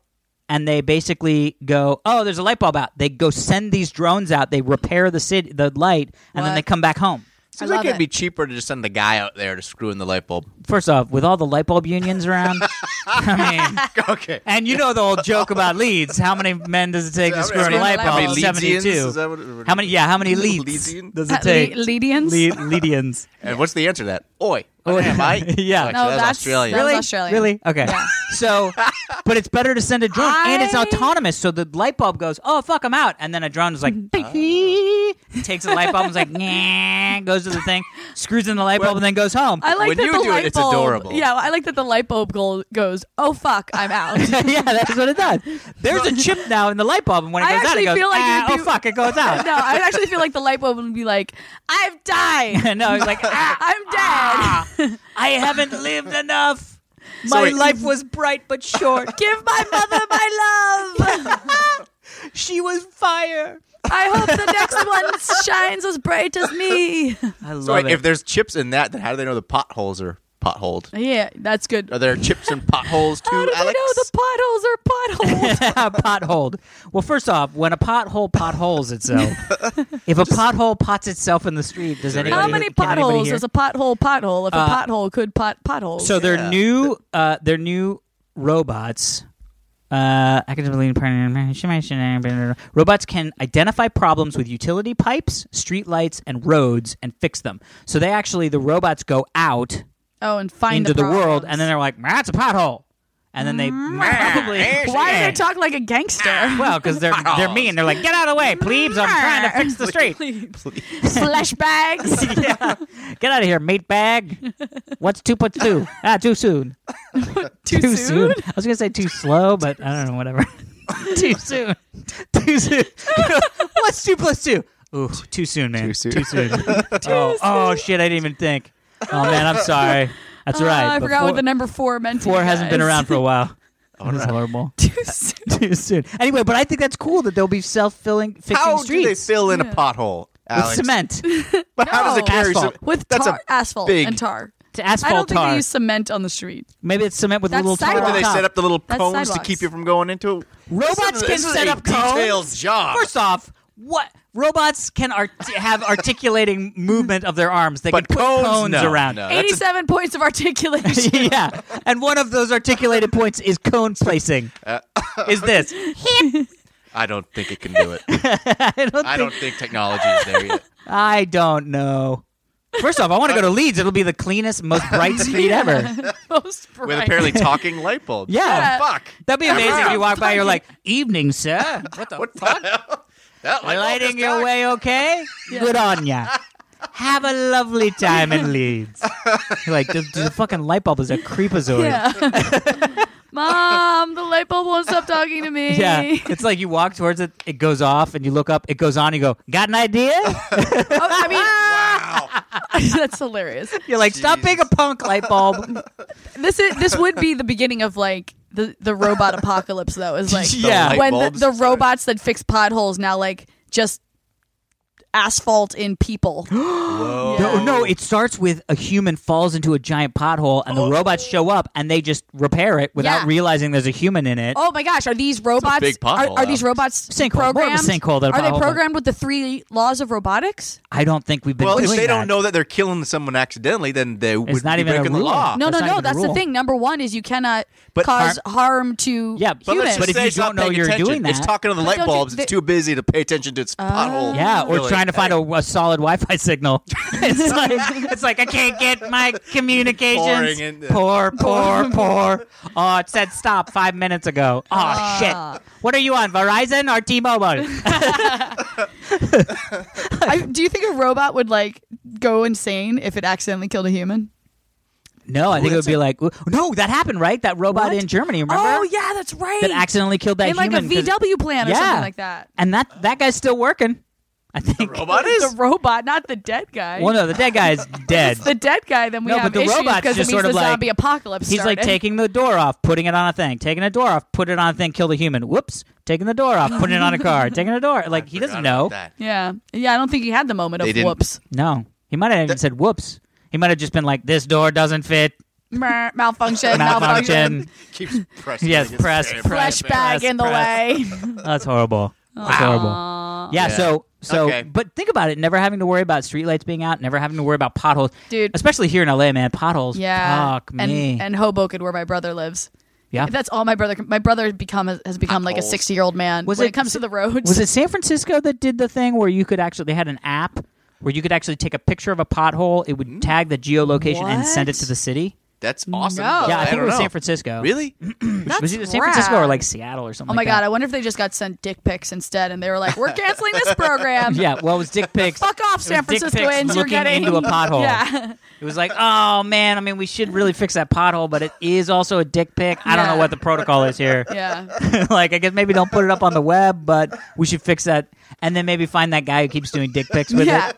Speaker 2: and they basically go, "Oh, there's a light bulb out." They go send these drones out. They repair the city, the light, and then
Speaker 1: What?
Speaker 2: they come back home.
Speaker 3: Seems
Speaker 1: I
Speaker 3: like
Speaker 1: love
Speaker 3: it'd
Speaker 1: it.
Speaker 3: be cheaper to just send the guy out there to screw in the light bulb. (laughs)
Speaker 2: First off, with all the light bulb unions around, I mean,
Speaker 3: okay.
Speaker 2: and you know the old joke about leads. How many men does it take to screw in a light
Speaker 1: How many
Speaker 2: bulb?
Speaker 3: Leedsians?
Speaker 2: Seventy-two.
Speaker 3: Is that what-
Speaker 2: How many? Yeah, how many leads
Speaker 3: Leedsian?
Speaker 2: does
Speaker 1: Uh,
Speaker 2: it take?
Speaker 1: Le- Leedians?
Speaker 2: Le- Leedians.
Speaker 3: And what's the answer to that? Oi. What
Speaker 2: (laughs)
Speaker 3: am I?
Speaker 2: Yeah.
Speaker 3: Actually,
Speaker 1: No,
Speaker 3: that's,
Speaker 1: that's-
Speaker 3: Australian.
Speaker 1: that was
Speaker 2: Really?
Speaker 1: Australian.
Speaker 2: Really? Okay. So, but it's better to send a drone, and it's
Speaker 1: I-
Speaker 2: autonomous. So the light bulb goes, "Oh fuck, I'm out," and then a drone is like, "Oh." takes the light bulb, and is like, nah, goes to the thing, screws in the light bulb, and then goes home.
Speaker 1: I like
Speaker 3: When
Speaker 1: that
Speaker 3: you
Speaker 1: the
Speaker 3: do it,
Speaker 1: light
Speaker 3: it's
Speaker 1: bulb.
Speaker 3: adorable.
Speaker 1: Yeah, I like that the light bulb go- goes. Oh fuck, I'm
Speaker 2: (laughs)
Speaker 1: out.
Speaker 2: yeah, that's what it does. There's a chip now in the light bulb, and when it
Speaker 1: I
Speaker 2: goes out,
Speaker 1: actually
Speaker 2: it goes,
Speaker 1: feel like it
Speaker 2: "Ah,
Speaker 1: would be-
Speaker 2: oh fuck, it
Speaker 1: (laughs)
Speaker 2: goes out. (laughs)
Speaker 1: no, I actually feel like the light bulb would be like, I've died.
Speaker 2: no, it's like, ah,
Speaker 1: (laughs) I'm dead.
Speaker 2: I haven't lived enough.
Speaker 3: So
Speaker 2: My
Speaker 3: wait-
Speaker 2: life was bright but short. (laughs)
Speaker 1: Give my mother my love.
Speaker 2: she was fire.
Speaker 1: I hope the
Speaker 2: (laughs)
Speaker 1: next one shines as bright as me.
Speaker 2: I love
Speaker 3: So wait,
Speaker 2: it.
Speaker 3: if there's chips in that, then how do they know the potholes are potholed?
Speaker 1: Yeah, that's good.
Speaker 3: Are there chips and potholes too,
Speaker 1: How do
Speaker 3: Alex?
Speaker 1: I know the potholes are potholes?
Speaker 2: (laughs)
Speaker 1: (laughs)
Speaker 2: potholed. Well, first off, when a pothole potholes itself,
Speaker 1: (laughs)
Speaker 2: if a pothole pots itself in the street, does anybody?
Speaker 1: How many
Speaker 2: can anybody
Speaker 1: potholes
Speaker 2: hear? Uh,
Speaker 1: is a pothole pothole if a pothole could pot potholes?
Speaker 2: So their
Speaker 3: Yeah.
Speaker 2: new, uh, their new robots. Uh, academically robots can identify problems with utility pipes, street lights, and roads, and fix them. So they actually, the robots go out
Speaker 1: oh, and find
Speaker 2: into
Speaker 1: the
Speaker 2: the world,
Speaker 1: problems.
Speaker 2: and then they're like, "Ah, "That's a pothole," and then they (laughs) probably
Speaker 1: Why do they talk like a (laughs) gangster?
Speaker 2: well because they're they're mean. They're like, get out of the way, plebes! I'm trying to fix the street.
Speaker 1: Slush bags.
Speaker 2: (laughs) yeah. Get out of here, meat bag. What's two plus two? Ah, too soon.
Speaker 1: Too, soon.
Speaker 2: I was gonna say too (laughs) slow, but I don't know. Whatever. too soon. Too soon. What's two plus two? Ooh, too soon, man.
Speaker 3: Too soon. (laughs)
Speaker 2: (laughs) oh, oh shit! I didn't even think. Oh man, I'm sorry. That's
Speaker 1: Oh,
Speaker 2: right.
Speaker 1: I
Speaker 2: but
Speaker 1: forgot
Speaker 2: four,
Speaker 1: what the number four meant. to
Speaker 2: four
Speaker 1: you
Speaker 2: hasn't been
Speaker 1: guys.
Speaker 2: around for a
Speaker 3: (laughs)
Speaker 2: while. Oh, that was horrible.
Speaker 1: (laughs) Too soon.
Speaker 2: (laughs) too soon. Anyway, but I think that's cool that there'll be self-filling fixing
Speaker 3: How do they
Speaker 2: streets
Speaker 3: fill in a pothole,
Speaker 2: with
Speaker 3: Alex?
Speaker 2: cement
Speaker 3: But how does it
Speaker 1: No.
Speaker 3: carry
Speaker 2: Asphalt.
Speaker 3: cement?
Speaker 1: With
Speaker 3: That's a
Speaker 1: tar, asphalt
Speaker 3: big-
Speaker 1: and tar.
Speaker 2: to
Speaker 1: I don't
Speaker 2: asphalt
Speaker 1: think they
Speaker 2: tar.
Speaker 1: use cement on the street.
Speaker 2: Maybe it's cement with a
Speaker 1: That's
Speaker 2: little tar.
Speaker 1: sidewalk.
Speaker 2: on
Speaker 3: Do they
Speaker 2: top.
Speaker 3: set up the little
Speaker 1: That's
Speaker 3: cones to
Speaker 1: sidewalks.
Speaker 3: keep you from going into it?
Speaker 2: Robots
Speaker 3: This
Speaker 2: can
Speaker 3: is
Speaker 2: set
Speaker 3: a
Speaker 2: up cones.
Speaker 3: detailed job.
Speaker 2: First off, what robots can art- have (laughs) articulating movement of their arms. They
Speaker 3: But
Speaker 2: can put
Speaker 3: cones,
Speaker 2: cones,
Speaker 3: no,
Speaker 2: around.
Speaker 3: no. That's a-
Speaker 1: Eighty-seven points of articulation.
Speaker 2: (laughs) yeah, and one of those articulated points is cone placing.
Speaker 3: Uh, (laughs)
Speaker 2: is this?
Speaker 3: I don't think it can do it.
Speaker 2: (laughs) I don't. think-
Speaker 3: I don't think technology is
Speaker 2: (laughs)
Speaker 3: there yet.
Speaker 2: I don't know. First off, I want to go to
Speaker 3: Uh,
Speaker 2: Leeds. It'll be the cleanest, most
Speaker 3: (laughs)
Speaker 2: bright street ever.
Speaker 1: Most
Speaker 3: With
Speaker 1: bright.
Speaker 3: apparently talking light bulbs.
Speaker 2: Yeah.
Speaker 3: Oh, fuck.
Speaker 2: That'd be amazing if
Speaker 3: Yeah.
Speaker 2: you walk by.
Speaker 3: (laughs)
Speaker 2: You're like, "Evening, sir. What the
Speaker 3: What the hell? (laughs) That light bulb
Speaker 2: Lighting
Speaker 3: is
Speaker 2: your
Speaker 3: dark.
Speaker 2: way okay? Good on ya. Have a lovely time in
Speaker 3: (laughs)
Speaker 2: Leeds. You're like, the, the fucking light bulb is a creepazoid.
Speaker 3: (laughs)
Speaker 1: Yeah. Mom, the light bulb won't stop talking to me.
Speaker 2: (laughs) Yeah. It's like you walk towards it, it goes off, and you look up, it goes on, you go, got an
Speaker 3: (laughs)
Speaker 2: idea?
Speaker 1: Oh, I
Speaker 3: Wow.
Speaker 1: mean, (laughs) that's hilarious.
Speaker 2: You're like, stop
Speaker 3: Jesus.
Speaker 2: being a punk, light
Speaker 3: (laughs)
Speaker 2: bulb.
Speaker 1: This is this would be the beginning of like the the robot apocalypse though. Is like
Speaker 2: Yeah.
Speaker 3: light
Speaker 1: when the,
Speaker 3: bulbs
Speaker 1: the
Speaker 3: start-
Speaker 1: robots that fix potholes now like just asphalt in
Speaker 2: (gasps)
Speaker 1: people.
Speaker 3: Whoa.
Speaker 2: No, no, it starts with a human falls into a giant pothole,
Speaker 3: Oh.
Speaker 2: and the robots show up, and they just repair it without
Speaker 1: Yeah.
Speaker 2: realizing there's a human in it.
Speaker 1: Oh my gosh, are these robots
Speaker 3: big pothole,
Speaker 1: are, are these
Speaker 3: though.
Speaker 1: robots
Speaker 2: Sinkhole.
Speaker 1: programmed?
Speaker 2: More of a sinkhole than a
Speaker 1: are they
Speaker 2: pothole, but-
Speaker 1: programmed with the three laws of robotics?
Speaker 2: I don't think we've been
Speaker 3: Well, if
Speaker 2: doing
Speaker 3: they
Speaker 2: that.
Speaker 3: don't know that they're killing someone accidentally, then they would
Speaker 2: not
Speaker 3: be
Speaker 2: even a
Speaker 3: breaking the
Speaker 2: rule.
Speaker 3: law.
Speaker 1: No,
Speaker 2: That's
Speaker 1: no, no.
Speaker 2: not even a
Speaker 1: That's the
Speaker 2: rule.
Speaker 1: thing. Number one is you cannot
Speaker 3: But
Speaker 1: cause harm to
Speaker 2: Yeah, but
Speaker 3: But let's
Speaker 1: humans.
Speaker 3: just
Speaker 2: But if
Speaker 3: say
Speaker 2: you
Speaker 3: it's not
Speaker 2: don't know
Speaker 3: paying
Speaker 2: you're
Speaker 3: attention.
Speaker 2: doing
Speaker 3: It's
Speaker 2: that-
Speaker 3: talking to the
Speaker 1: But
Speaker 3: light
Speaker 1: don't you-
Speaker 3: bulbs.
Speaker 1: they-
Speaker 3: it's too busy to pay attention to its pothole.
Speaker 2: Oh. Yeah, or
Speaker 3: Really.
Speaker 2: trying to find a, a solid Wi-Fi
Speaker 1: (laughs)
Speaker 2: signal. It's like it's like I can't get my
Speaker 3: Pouring
Speaker 2: communications.
Speaker 3: in the-
Speaker 2: Poor,
Speaker 1: (laughs)
Speaker 2: poor, poor. Oh, it said stop five minutes ago. Oh
Speaker 1: Ah.
Speaker 2: shit! What are you on, Verizon
Speaker 1: (laughs)
Speaker 2: or T-Mobile?
Speaker 1: (laughs) I, do you think a robot would like go insane if it accidentally killed a human?
Speaker 2: no, I think it would be like no, that happened right. That robot
Speaker 1: What?
Speaker 2: in Germany, remember?
Speaker 1: Oh yeah, that's right.
Speaker 2: That accidentally killed that
Speaker 1: in like
Speaker 2: human.
Speaker 1: a
Speaker 2: 'cause-
Speaker 1: VW plant or
Speaker 2: Yeah.
Speaker 1: something like that.
Speaker 2: And that that guy's still working. I think.
Speaker 3: Robot
Speaker 1: the
Speaker 3: is.
Speaker 1: robot, not the dead guy.
Speaker 2: Well, no, the dead
Speaker 1: (laughs)
Speaker 2: guy's dead.
Speaker 1: the dead guy. Then we
Speaker 2: No,
Speaker 1: have
Speaker 2: but the
Speaker 1: issues
Speaker 2: robot's
Speaker 1: because it
Speaker 2: just
Speaker 1: means
Speaker 2: sort
Speaker 1: the
Speaker 2: of like-
Speaker 1: zombie apocalypse.
Speaker 2: He's like
Speaker 1: started.
Speaker 2: taking the door off, putting it on a thing, taking a door off, put it on a thing, kill the human. Whoops, taking the door off, putting it on
Speaker 1: (laughs)
Speaker 2: a car, taking a door. Like he doesn't know.
Speaker 1: Yeah, yeah. I don't think he had the moment
Speaker 3: They
Speaker 1: of
Speaker 3: didn't-
Speaker 1: whoops,
Speaker 2: No, he might have even said whoops. He might have just been like, "This door doesn't
Speaker 1: (laughs)
Speaker 2: fit."
Speaker 1: Mer- malfunction, malfunction, (laughs)
Speaker 2: Malfunction. (laughs)
Speaker 3: Keeps pressing.
Speaker 2: Yes,
Speaker 3: against
Speaker 2: press,
Speaker 3: the
Speaker 2: press.
Speaker 1: flesh bag in the
Speaker 2: Press,
Speaker 1: way.
Speaker 2: That's horrible. That's horrible.
Speaker 1: Aw.
Speaker 2: Yeah.
Speaker 3: Yeah.
Speaker 2: So, so,
Speaker 3: Okay.
Speaker 2: but think about it. Never having to worry about streetlights being out. Never having to worry about potholes,
Speaker 1: Dude.
Speaker 2: Especially here in LA, man. Potholes.
Speaker 1: Yeah,
Speaker 2: Fuck
Speaker 1: and
Speaker 2: me.
Speaker 1: and Hoboken, where my brother lives.
Speaker 2: yeah.
Speaker 1: That's all my brother. My brother become has become like a
Speaker 3: Potholes.
Speaker 1: sixty year old man
Speaker 2: Was
Speaker 1: when
Speaker 2: it-
Speaker 1: it, comes to the roads.
Speaker 2: Was it San Francisco that did the thing where you could actually they had an app where you could actually take a picture of a pothole, it would tag the geolocation and send it
Speaker 1: What? Oh,
Speaker 2: to the city?
Speaker 3: That's awesome.
Speaker 1: No.
Speaker 3: but
Speaker 2: Yeah, I, think
Speaker 3: don't
Speaker 2: it was
Speaker 3: know.
Speaker 2: San Francisco.
Speaker 3: Really?
Speaker 1: (laughs)
Speaker 2: Oh
Speaker 1: That's
Speaker 2: Was it either San
Speaker 1: rad.
Speaker 2: Francisco or like Seattle or something?
Speaker 1: Oh my god! I wonder if they just got sent dick pics instead, and they were
Speaker 2: (laughs)
Speaker 1: like, "We're canceling this program."
Speaker 2: yeah, well, it was dick
Speaker 1: (laughs)
Speaker 2: pics.
Speaker 1: Fuck off,
Speaker 2: It was
Speaker 1: San
Speaker 2: dick pics
Speaker 1: Franciscoans. You're
Speaker 2: looking
Speaker 1: getting
Speaker 2: into a pothole.
Speaker 1: (laughs) Yeah,
Speaker 2: It was like, oh man, I mean, we should really fix that pothole, but it is also a dick pic. I don't
Speaker 1: Yeah.
Speaker 2: know what the protocol is here. (laughs)
Speaker 1: yeah.
Speaker 2: like, I guess maybe don't put it up on the web, but we should fix that, and then maybe find that guy who keeps doing dick pics with
Speaker 1: yeah.
Speaker 2: it.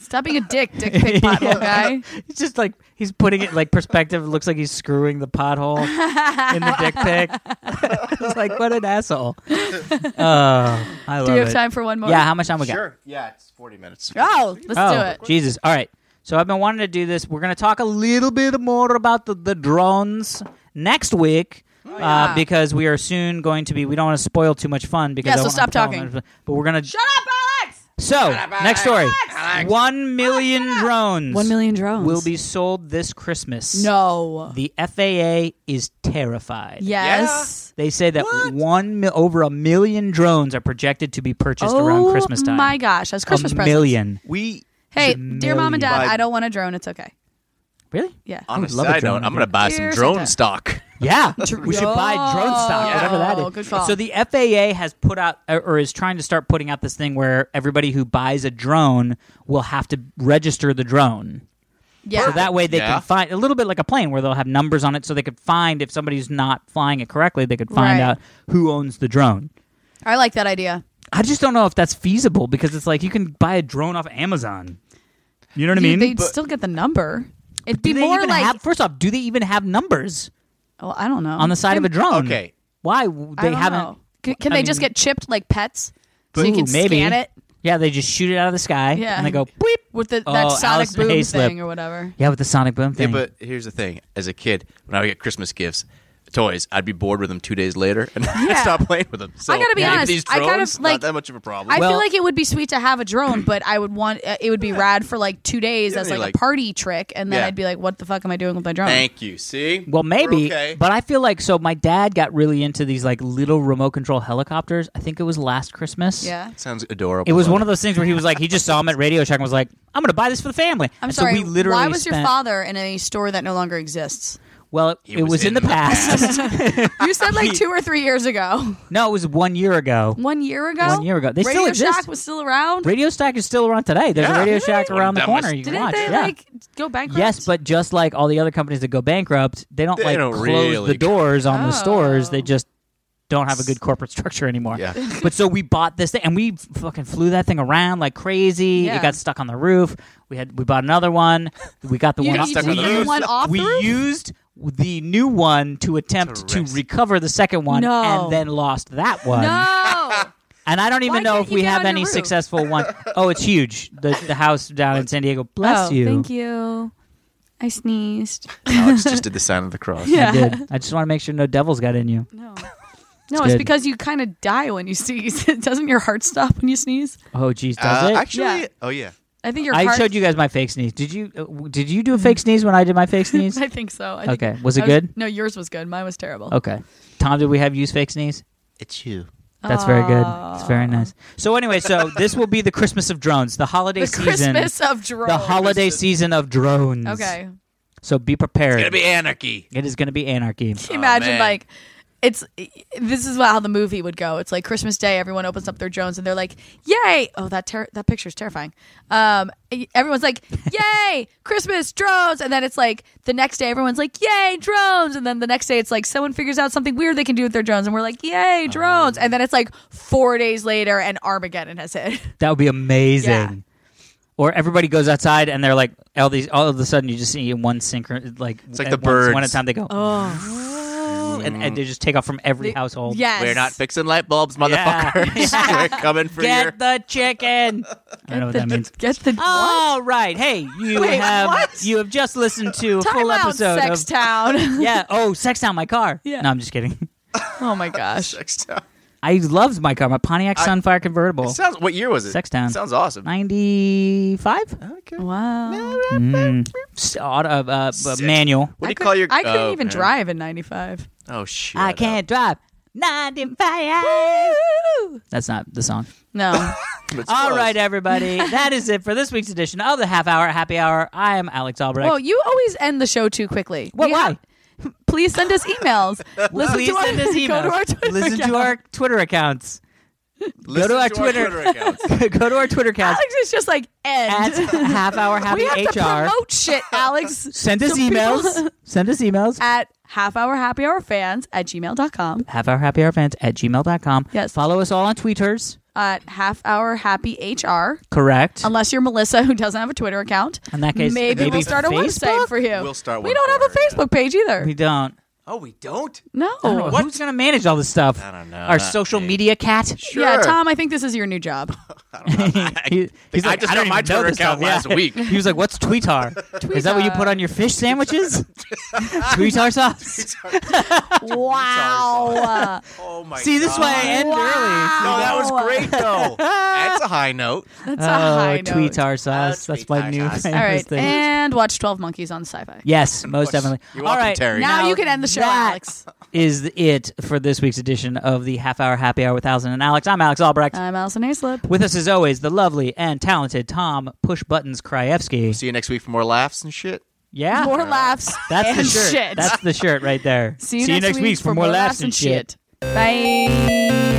Speaker 1: Stop being a dick,
Speaker 2: (laughs)
Speaker 1: dick pic pothole guy.
Speaker 2: It's just like he's putting it like perspective. It looks like he's screwing the pothole in the dick pic. (laughs) it's like what an asshole. Oh, I love
Speaker 1: Do we have
Speaker 2: it.
Speaker 1: time for one more?
Speaker 2: Yeah, how much time we got?
Speaker 3: Sure. Yeah, it's 40 minutes.
Speaker 1: Oh, let's
Speaker 2: oh,
Speaker 1: do it.
Speaker 2: Jesus! All right. So I've been wanting to do this. We're going to talk a little bit more about the, the drones next week. Uh,
Speaker 1: Oh, yeah.
Speaker 2: because we are soon going to be, we don't want to spoil too much fun. Because
Speaker 1: Yeah,
Speaker 2: I
Speaker 1: so
Speaker 2: wanna
Speaker 1: stop
Speaker 2: tell
Speaker 1: talking.
Speaker 2: them- But we're gonna.
Speaker 1: Shut up, Alex.
Speaker 2: so next story,
Speaker 3: Alex!
Speaker 2: one million drones.
Speaker 1: One million drones
Speaker 2: will be sold this Christmas.
Speaker 1: no.
Speaker 2: The FAA is terrified.
Speaker 1: Yes.
Speaker 2: They say that one mil- over a million drones are projected to be purchased around Christmas time.
Speaker 1: Oh my gosh, that's Christmas
Speaker 2: a
Speaker 1: presents.
Speaker 2: million.
Speaker 3: We,
Speaker 1: Hey,
Speaker 2: It's a
Speaker 1: dear mom and dad,
Speaker 3: million.
Speaker 1: I don't want a drone. It's okay.
Speaker 2: Really?
Speaker 1: Yeah.
Speaker 3: on a
Speaker 2: love a
Speaker 3: side
Speaker 2: drone
Speaker 3: note, I'm
Speaker 2: idea.
Speaker 3: going to buy some
Speaker 1: Here's
Speaker 3: drone
Speaker 1: Santa.
Speaker 3: stock.
Speaker 1: (laughs)
Speaker 2: Yeah, we should buy drone stock,
Speaker 1: Yeah.
Speaker 2: whatever that
Speaker 1: Oh,
Speaker 2: is.
Speaker 1: good call.
Speaker 2: So the FAA has put out or- or is trying to start putting out this thing where everybody who buys a drone will have to register the drone.
Speaker 1: yeah.
Speaker 2: So that way they
Speaker 3: Yeah.
Speaker 2: can find a little bit like a plane where they'll have numbers on it so they could find if somebody's not flying it correctly, they could find
Speaker 1: Right.
Speaker 2: out who owns the drone.
Speaker 1: I like that idea.
Speaker 2: I just don't know if that's feasible because it's like you can buy a drone off Amazon. You know what I mean?
Speaker 1: They, would
Speaker 3: But-
Speaker 1: still get the number. It'd
Speaker 2: do
Speaker 1: be
Speaker 2: they
Speaker 1: more
Speaker 2: even
Speaker 1: like.
Speaker 2: have, first off, do they even have numbers
Speaker 1: oh, I don't know.
Speaker 2: on the side of a drone?
Speaker 3: Okay.
Speaker 2: Why w-
Speaker 1: I
Speaker 2: they
Speaker 1: don't
Speaker 2: haven't?
Speaker 1: know. Can, can
Speaker 2: I
Speaker 1: they just
Speaker 2: mean-
Speaker 1: get chipped like pets? So you
Speaker 2: Ooh,
Speaker 1: can
Speaker 2: maybe.
Speaker 1: scan it
Speaker 2: Yeah, they just shoot it out of the sky
Speaker 1: Yeah.
Speaker 2: and they go bleep.
Speaker 1: with the, that
Speaker 2: Oh,
Speaker 1: sonic
Speaker 2: Alice
Speaker 1: boom
Speaker 2: Hayslip.
Speaker 1: thing or whatever.
Speaker 2: Yeah, with the sonic boom
Speaker 3: Yeah,
Speaker 2: thing.
Speaker 3: but here's the thing: as a kid, when I would get Christmas gifts, toys, I'd be bored with them two days later, and (laughs) I'd
Speaker 1: Yeah.
Speaker 3: stop playing with them. So
Speaker 1: I gotta be
Speaker 3: getting
Speaker 1: honest,
Speaker 3: these
Speaker 1: I
Speaker 3: drones,
Speaker 1: kind of, like-
Speaker 3: not that much of a problem.
Speaker 1: I feel
Speaker 2: Well-
Speaker 1: like it would be sweet to have a
Speaker 2: (clears throat)
Speaker 1: drone, but I would want uh, it would be rad for like two days
Speaker 3: Yeah,
Speaker 1: as
Speaker 3: you're
Speaker 1: like,
Speaker 3: like-
Speaker 1: a party trick, and then
Speaker 3: Yeah.
Speaker 1: I'd be like, "What the fuck am I doing with my drone?"
Speaker 3: Thank you. See,
Speaker 2: well, maybe,
Speaker 3: We're okay.
Speaker 2: but I feel like so. My dad got really into these like little remote control helicopters. I think it was last Christmas.
Speaker 1: yeah,
Speaker 3: sounds adorable.
Speaker 2: It was
Speaker 3: though.
Speaker 2: one of those things where he was like, he just saw him at Radio Shack and was like, "I'm going to buy this for the family."
Speaker 1: I'm
Speaker 2: And
Speaker 1: sorry.
Speaker 2: So we literally
Speaker 1: why was your
Speaker 2: spent-
Speaker 1: father in a store that no longer exists?
Speaker 2: Well, it, it was, in, the, past.
Speaker 1: You said like two or three years ago,
Speaker 2: (laughs) no, it was one year ago.
Speaker 1: one year ago,
Speaker 2: One year ago. They
Speaker 1: Radio
Speaker 2: still exist.
Speaker 1: Shack was still around.
Speaker 2: Radio Shack is still around today. There's
Speaker 3: Yeah.
Speaker 2: a Radio Shack
Speaker 3: Really?
Speaker 2: around the
Speaker 3: That must-
Speaker 2: corner. You can
Speaker 1: Didn't
Speaker 2: watch.
Speaker 1: they
Speaker 2: yeah.
Speaker 1: like go bankrupt?
Speaker 2: Yes, but just like all the other companies that go bankrupt, they don't
Speaker 3: They
Speaker 2: like
Speaker 3: don't
Speaker 2: close
Speaker 3: really
Speaker 2: the doors on the stores. They
Speaker 1: Oh.
Speaker 2: just don't have a good corporate (laughs) structure anymore.
Speaker 1: (laughs)
Speaker 3: Yeah.
Speaker 2: but so we bought this thing and we f- fucking flew that thing around like crazy.
Speaker 1: Yeah.
Speaker 2: It got stuck on the roof. We had we bought another one. We got
Speaker 1: (laughs)
Speaker 2: the
Speaker 1: You-
Speaker 2: one
Speaker 1: you
Speaker 2: off
Speaker 3: took
Speaker 2: we
Speaker 3: the other
Speaker 2: used-
Speaker 1: one off the
Speaker 2: we
Speaker 1: roof?
Speaker 2: used the new one to attempt
Speaker 3: To
Speaker 2: to,
Speaker 3: rest.
Speaker 2: recover the second one
Speaker 1: No.
Speaker 2: and then lost that one.
Speaker 1: no.
Speaker 2: And I don't even
Speaker 1: Why
Speaker 2: know
Speaker 1: can't
Speaker 2: if
Speaker 1: you
Speaker 2: we
Speaker 1: get
Speaker 2: have
Speaker 1: on your
Speaker 2: any
Speaker 1: roof?
Speaker 2: successful
Speaker 1: (laughs)
Speaker 2: ones. Oh, it's huge. The the house down in San Diego. (laughs) Bless
Speaker 1: oh,
Speaker 2: you.
Speaker 1: Thank you. I sneezed.
Speaker 3: Alex just did the sign of the cross.
Speaker 1: Yeah.
Speaker 2: I (laughs) did. I just want to make sure no devils got in you.
Speaker 1: No. No,
Speaker 2: (laughs) It's
Speaker 1: it's
Speaker 2: good.
Speaker 1: because you kind of die when you sneeze. (laughs) Doesn't your heart stop when you sneeze?
Speaker 2: Oh, geez, does
Speaker 3: Uh,
Speaker 2: it?
Speaker 3: actually,
Speaker 1: Yeah.
Speaker 3: oh yeah.
Speaker 1: I think your
Speaker 2: I
Speaker 1: heart.
Speaker 2: showed
Speaker 1: (laughs)
Speaker 2: you guys my fake sneeze. Did you? uh, w- Did you do a fake sneeze when I did my (laughs) fake sneeze?
Speaker 1: I think so. I think-
Speaker 2: Okay. Was it
Speaker 1: I
Speaker 2: good?
Speaker 1: No, yours was good. Mine was terrible.
Speaker 2: Okay. Tom, did we have use fake sneeze?
Speaker 3: It's you.
Speaker 2: That's very good. It's very nice. So anyway,
Speaker 3: (laughs)
Speaker 2: so this will be the Christmas of drones, the holiday
Speaker 1: The
Speaker 2: season,
Speaker 1: Christmas of drones.
Speaker 2: the holiday season of drones.
Speaker 1: Okay.
Speaker 2: So be prepared.
Speaker 3: It's gonna be anarchy.
Speaker 2: It is gonna be (laughs) anarchy.
Speaker 1: Can you (laughs) imagine
Speaker 3: man.
Speaker 1: like it's this is how the movie would go. It's like Christmas Day. Everyone opens up their drones and they're like, "Yay!" Oh, that ter- that picture is terrifying. Um, everyone's (laughs) like, "Yay, Christmas drones!" And then it's like the next day, everyone's like, "Yay, drones!" And then the next day, it's like someone figures out something weird they can do with their drones, and we're like, "Yay, drones!" And then it's like four days later, and Armageddon has hit.
Speaker 2: That would be amazing.
Speaker 1: Yeah.
Speaker 2: Or everybody goes outside and they're like all these. All of a sudden, you just see one synchron like it's
Speaker 3: like the
Speaker 2: birds one at
Speaker 3: birds.
Speaker 2: a time. They go
Speaker 1: (laughs) Oh,
Speaker 2: and,
Speaker 1: Mm.
Speaker 2: and they just take off from every household.
Speaker 1: yes.
Speaker 3: We're not fixing light bulbs,
Speaker 2: Yeah.
Speaker 3: motherfuckers. We're coming for your.
Speaker 2: Get the chicken.
Speaker 1: (laughs)
Speaker 2: I don't know what
Speaker 1: The-
Speaker 2: that means.
Speaker 1: Get the
Speaker 2: All right, hey, you
Speaker 1: Wait,
Speaker 2: have
Speaker 1: what?
Speaker 2: you have just listened to a
Speaker 1: Time
Speaker 2: full
Speaker 1: out,
Speaker 2: episode
Speaker 1: Sex (laughs)
Speaker 2: of
Speaker 1: Town.
Speaker 2: yeah. Oh, sex down my car.
Speaker 1: Yeah.
Speaker 2: No, I'm just kidding. (laughs)
Speaker 1: oh my gosh.
Speaker 2: I loved my car, my Pontiac Sunfire convertible,
Speaker 3: Sounds. What year was it?
Speaker 2: Sextown.
Speaker 3: Sounds awesome.
Speaker 2: ninety five.
Speaker 3: Okay.
Speaker 1: Wow.
Speaker 2: Uh, uh, uh,
Speaker 3: Sick.
Speaker 2: manual.
Speaker 3: What do
Speaker 1: I
Speaker 3: you call
Speaker 1: couldn't-
Speaker 3: your?
Speaker 1: I couldn't
Speaker 3: oh,
Speaker 1: even
Speaker 3: man.
Speaker 1: drive in
Speaker 2: (laughs)
Speaker 1: '95.
Speaker 3: Oh shit!
Speaker 2: I can't drive ninety five. That's not the song. (laughs)
Speaker 1: No,
Speaker 2: All
Speaker 1: (laughs)
Speaker 2: right, everybody. that is it for this week's edition of the Half Hour Happy Hour. I am Alex Albrecht.
Speaker 1: well, you always end the show too quickly.
Speaker 2: What,
Speaker 1: We
Speaker 2: why?
Speaker 1: have- please send us
Speaker 3: (laughs)
Speaker 1: emails. Listen
Speaker 2: Please
Speaker 1: to our,
Speaker 2: send us emails.
Speaker 1: Go to our Twitter
Speaker 2: Listen
Speaker 1: account.
Speaker 2: to our Twitter accounts. (laughs)
Speaker 3: Listen
Speaker 2: to our Twitter.
Speaker 3: accounts.
Speaker 2: Go to our Twitter accounts
Speaker 1: Alex is just like
Speaker 2: at
Speaker 1: end.
Speaker 2: (laughs) Half Hour
Speaker 1: (laughs)
Speaker 2: Happy
Speaker 1: we have to
Speaker 2: HR.
Speaker 1: promote
Speaker 3: (laughs)
Speaker 1: shit, Alex.
Speaker 2: Send us
Speaker 1: So people-
Speaker 2: emails. Send us
Speaker 1: (laughs)
Speaker 2: emails.
Speaker 1: at half hour happy hour fans at gmail.com
Speaker 2: Half Hour Happy Hour fans at gmail.com.
Speaker 1: Yes.
Speaker 2: Follow us all on Tweeters.
Speaker 1: at half hour happy HR.
Speaker 2: Correct.
Speaker 1: Unless you're Melissa, who doesn't have a Twitter account.
Speaker 2: In that case,
Speaker 1: Um, maybe,
Speaker 2: maybe
Speaker 1: we'll start a
Speaker 2: Facebook?
Speaker 1: website for you.
Speaker 3: We'll start
Speaker 1: We
Speaker 3: one
Speaker 1: don't have a
Speaker 3: for her, yeah.
Speaker 1: Facebook page either.
Speaker 2: we don't.
Speaker 3: Oh, we don't.
Speaker 1: no.
Speaker 2: I don't know. Who's going to manage all this stuff?
Speaker 3: I don't know.
Speaker 2: Our
Speaker 3: Not
Speaker 2: social
Speaker 3: me.
Speaker 2: media cat?
Speaker 1: Yeah,
Speaker 3: Sure.
Speaker 1: Tom, I think this is your new job.
Speaker 2: He- he's
Speaker 3: (laughs) I
Speaker 2: like,
Speaker 3: just
Speaker 2: don't even
Speaker 3: got my
Speaker 2: know
Speaker 3: Twitter
Speaker 2: this stuff."
Speaker 3: account last
Speaker 2: Yeah. (laughs)
Speaker 3: week.
Speaker 2: He was like, "What's tweetar? Is that what you put on your fish sandwiches? (laughs) tweetar (laughs)
Speaker 3: (laughs)
Speaker 2: sauce?
Speaker 1: wow.
Speaker 3: Oh my.
Speaker 2: See, this is why I end
Speaker 3: No,
Speaker 2: early.
Speaker 1: Wow.
Speaker 3: that was
Speaker 2: (laughs)
Speaker 3: great though. That's a high note.
Speaker 1: (laughs) That's a high
Speaker 2: Oh,
Speaker 1: note.
Speaker 2: tweetar sauce.
Speaker 1: Uh,
Speaker 3: Oh,
Speaker 2: That's my
Speaker 3: tweetar
Speaker 2: new
Speaker 3: sauce.
Speaker 2: famous
Speaker 1: All right,
Speaker 2: thing.
Speaker 1: and watch Twelve Monkeys on Sci-Fi.
Speaker 2: yes, most definitely.
Speaker 3: You're
Speaker 2: All
Speaker 3: welcome,
Speaker 2: right,
Speaker 3: Terry.
Speaker 1: Now,
Speaker 2: Now
Speaker 1: you can end the show,
Speaker 2: that-
Speaker 1: Alex.
Speaker 2: is it for this week's edition of the Half Hour Happy Hour with Allison and Alex? I'm Alex Albrecht.
Speaker 1: I'm Allison Aislip.
Speaker 2: With us, as always, the lovely and talented Tom Push Buttons Kraevsky.
Speaker 3: See you next week for more laughs and shit.
Speaker 2: Yeah.
Speaker 1: More laughs.
Speaker 2: That's the
Speaker 1: and
Speaker 2: shirt.
Speaker 1: Shit. (laughs)
Speaker 2: That's the shirt right there.
Speaker 1: See you next, week
Speaker 2: week for more laughs and shit.
Speaker 1: shit. Bye.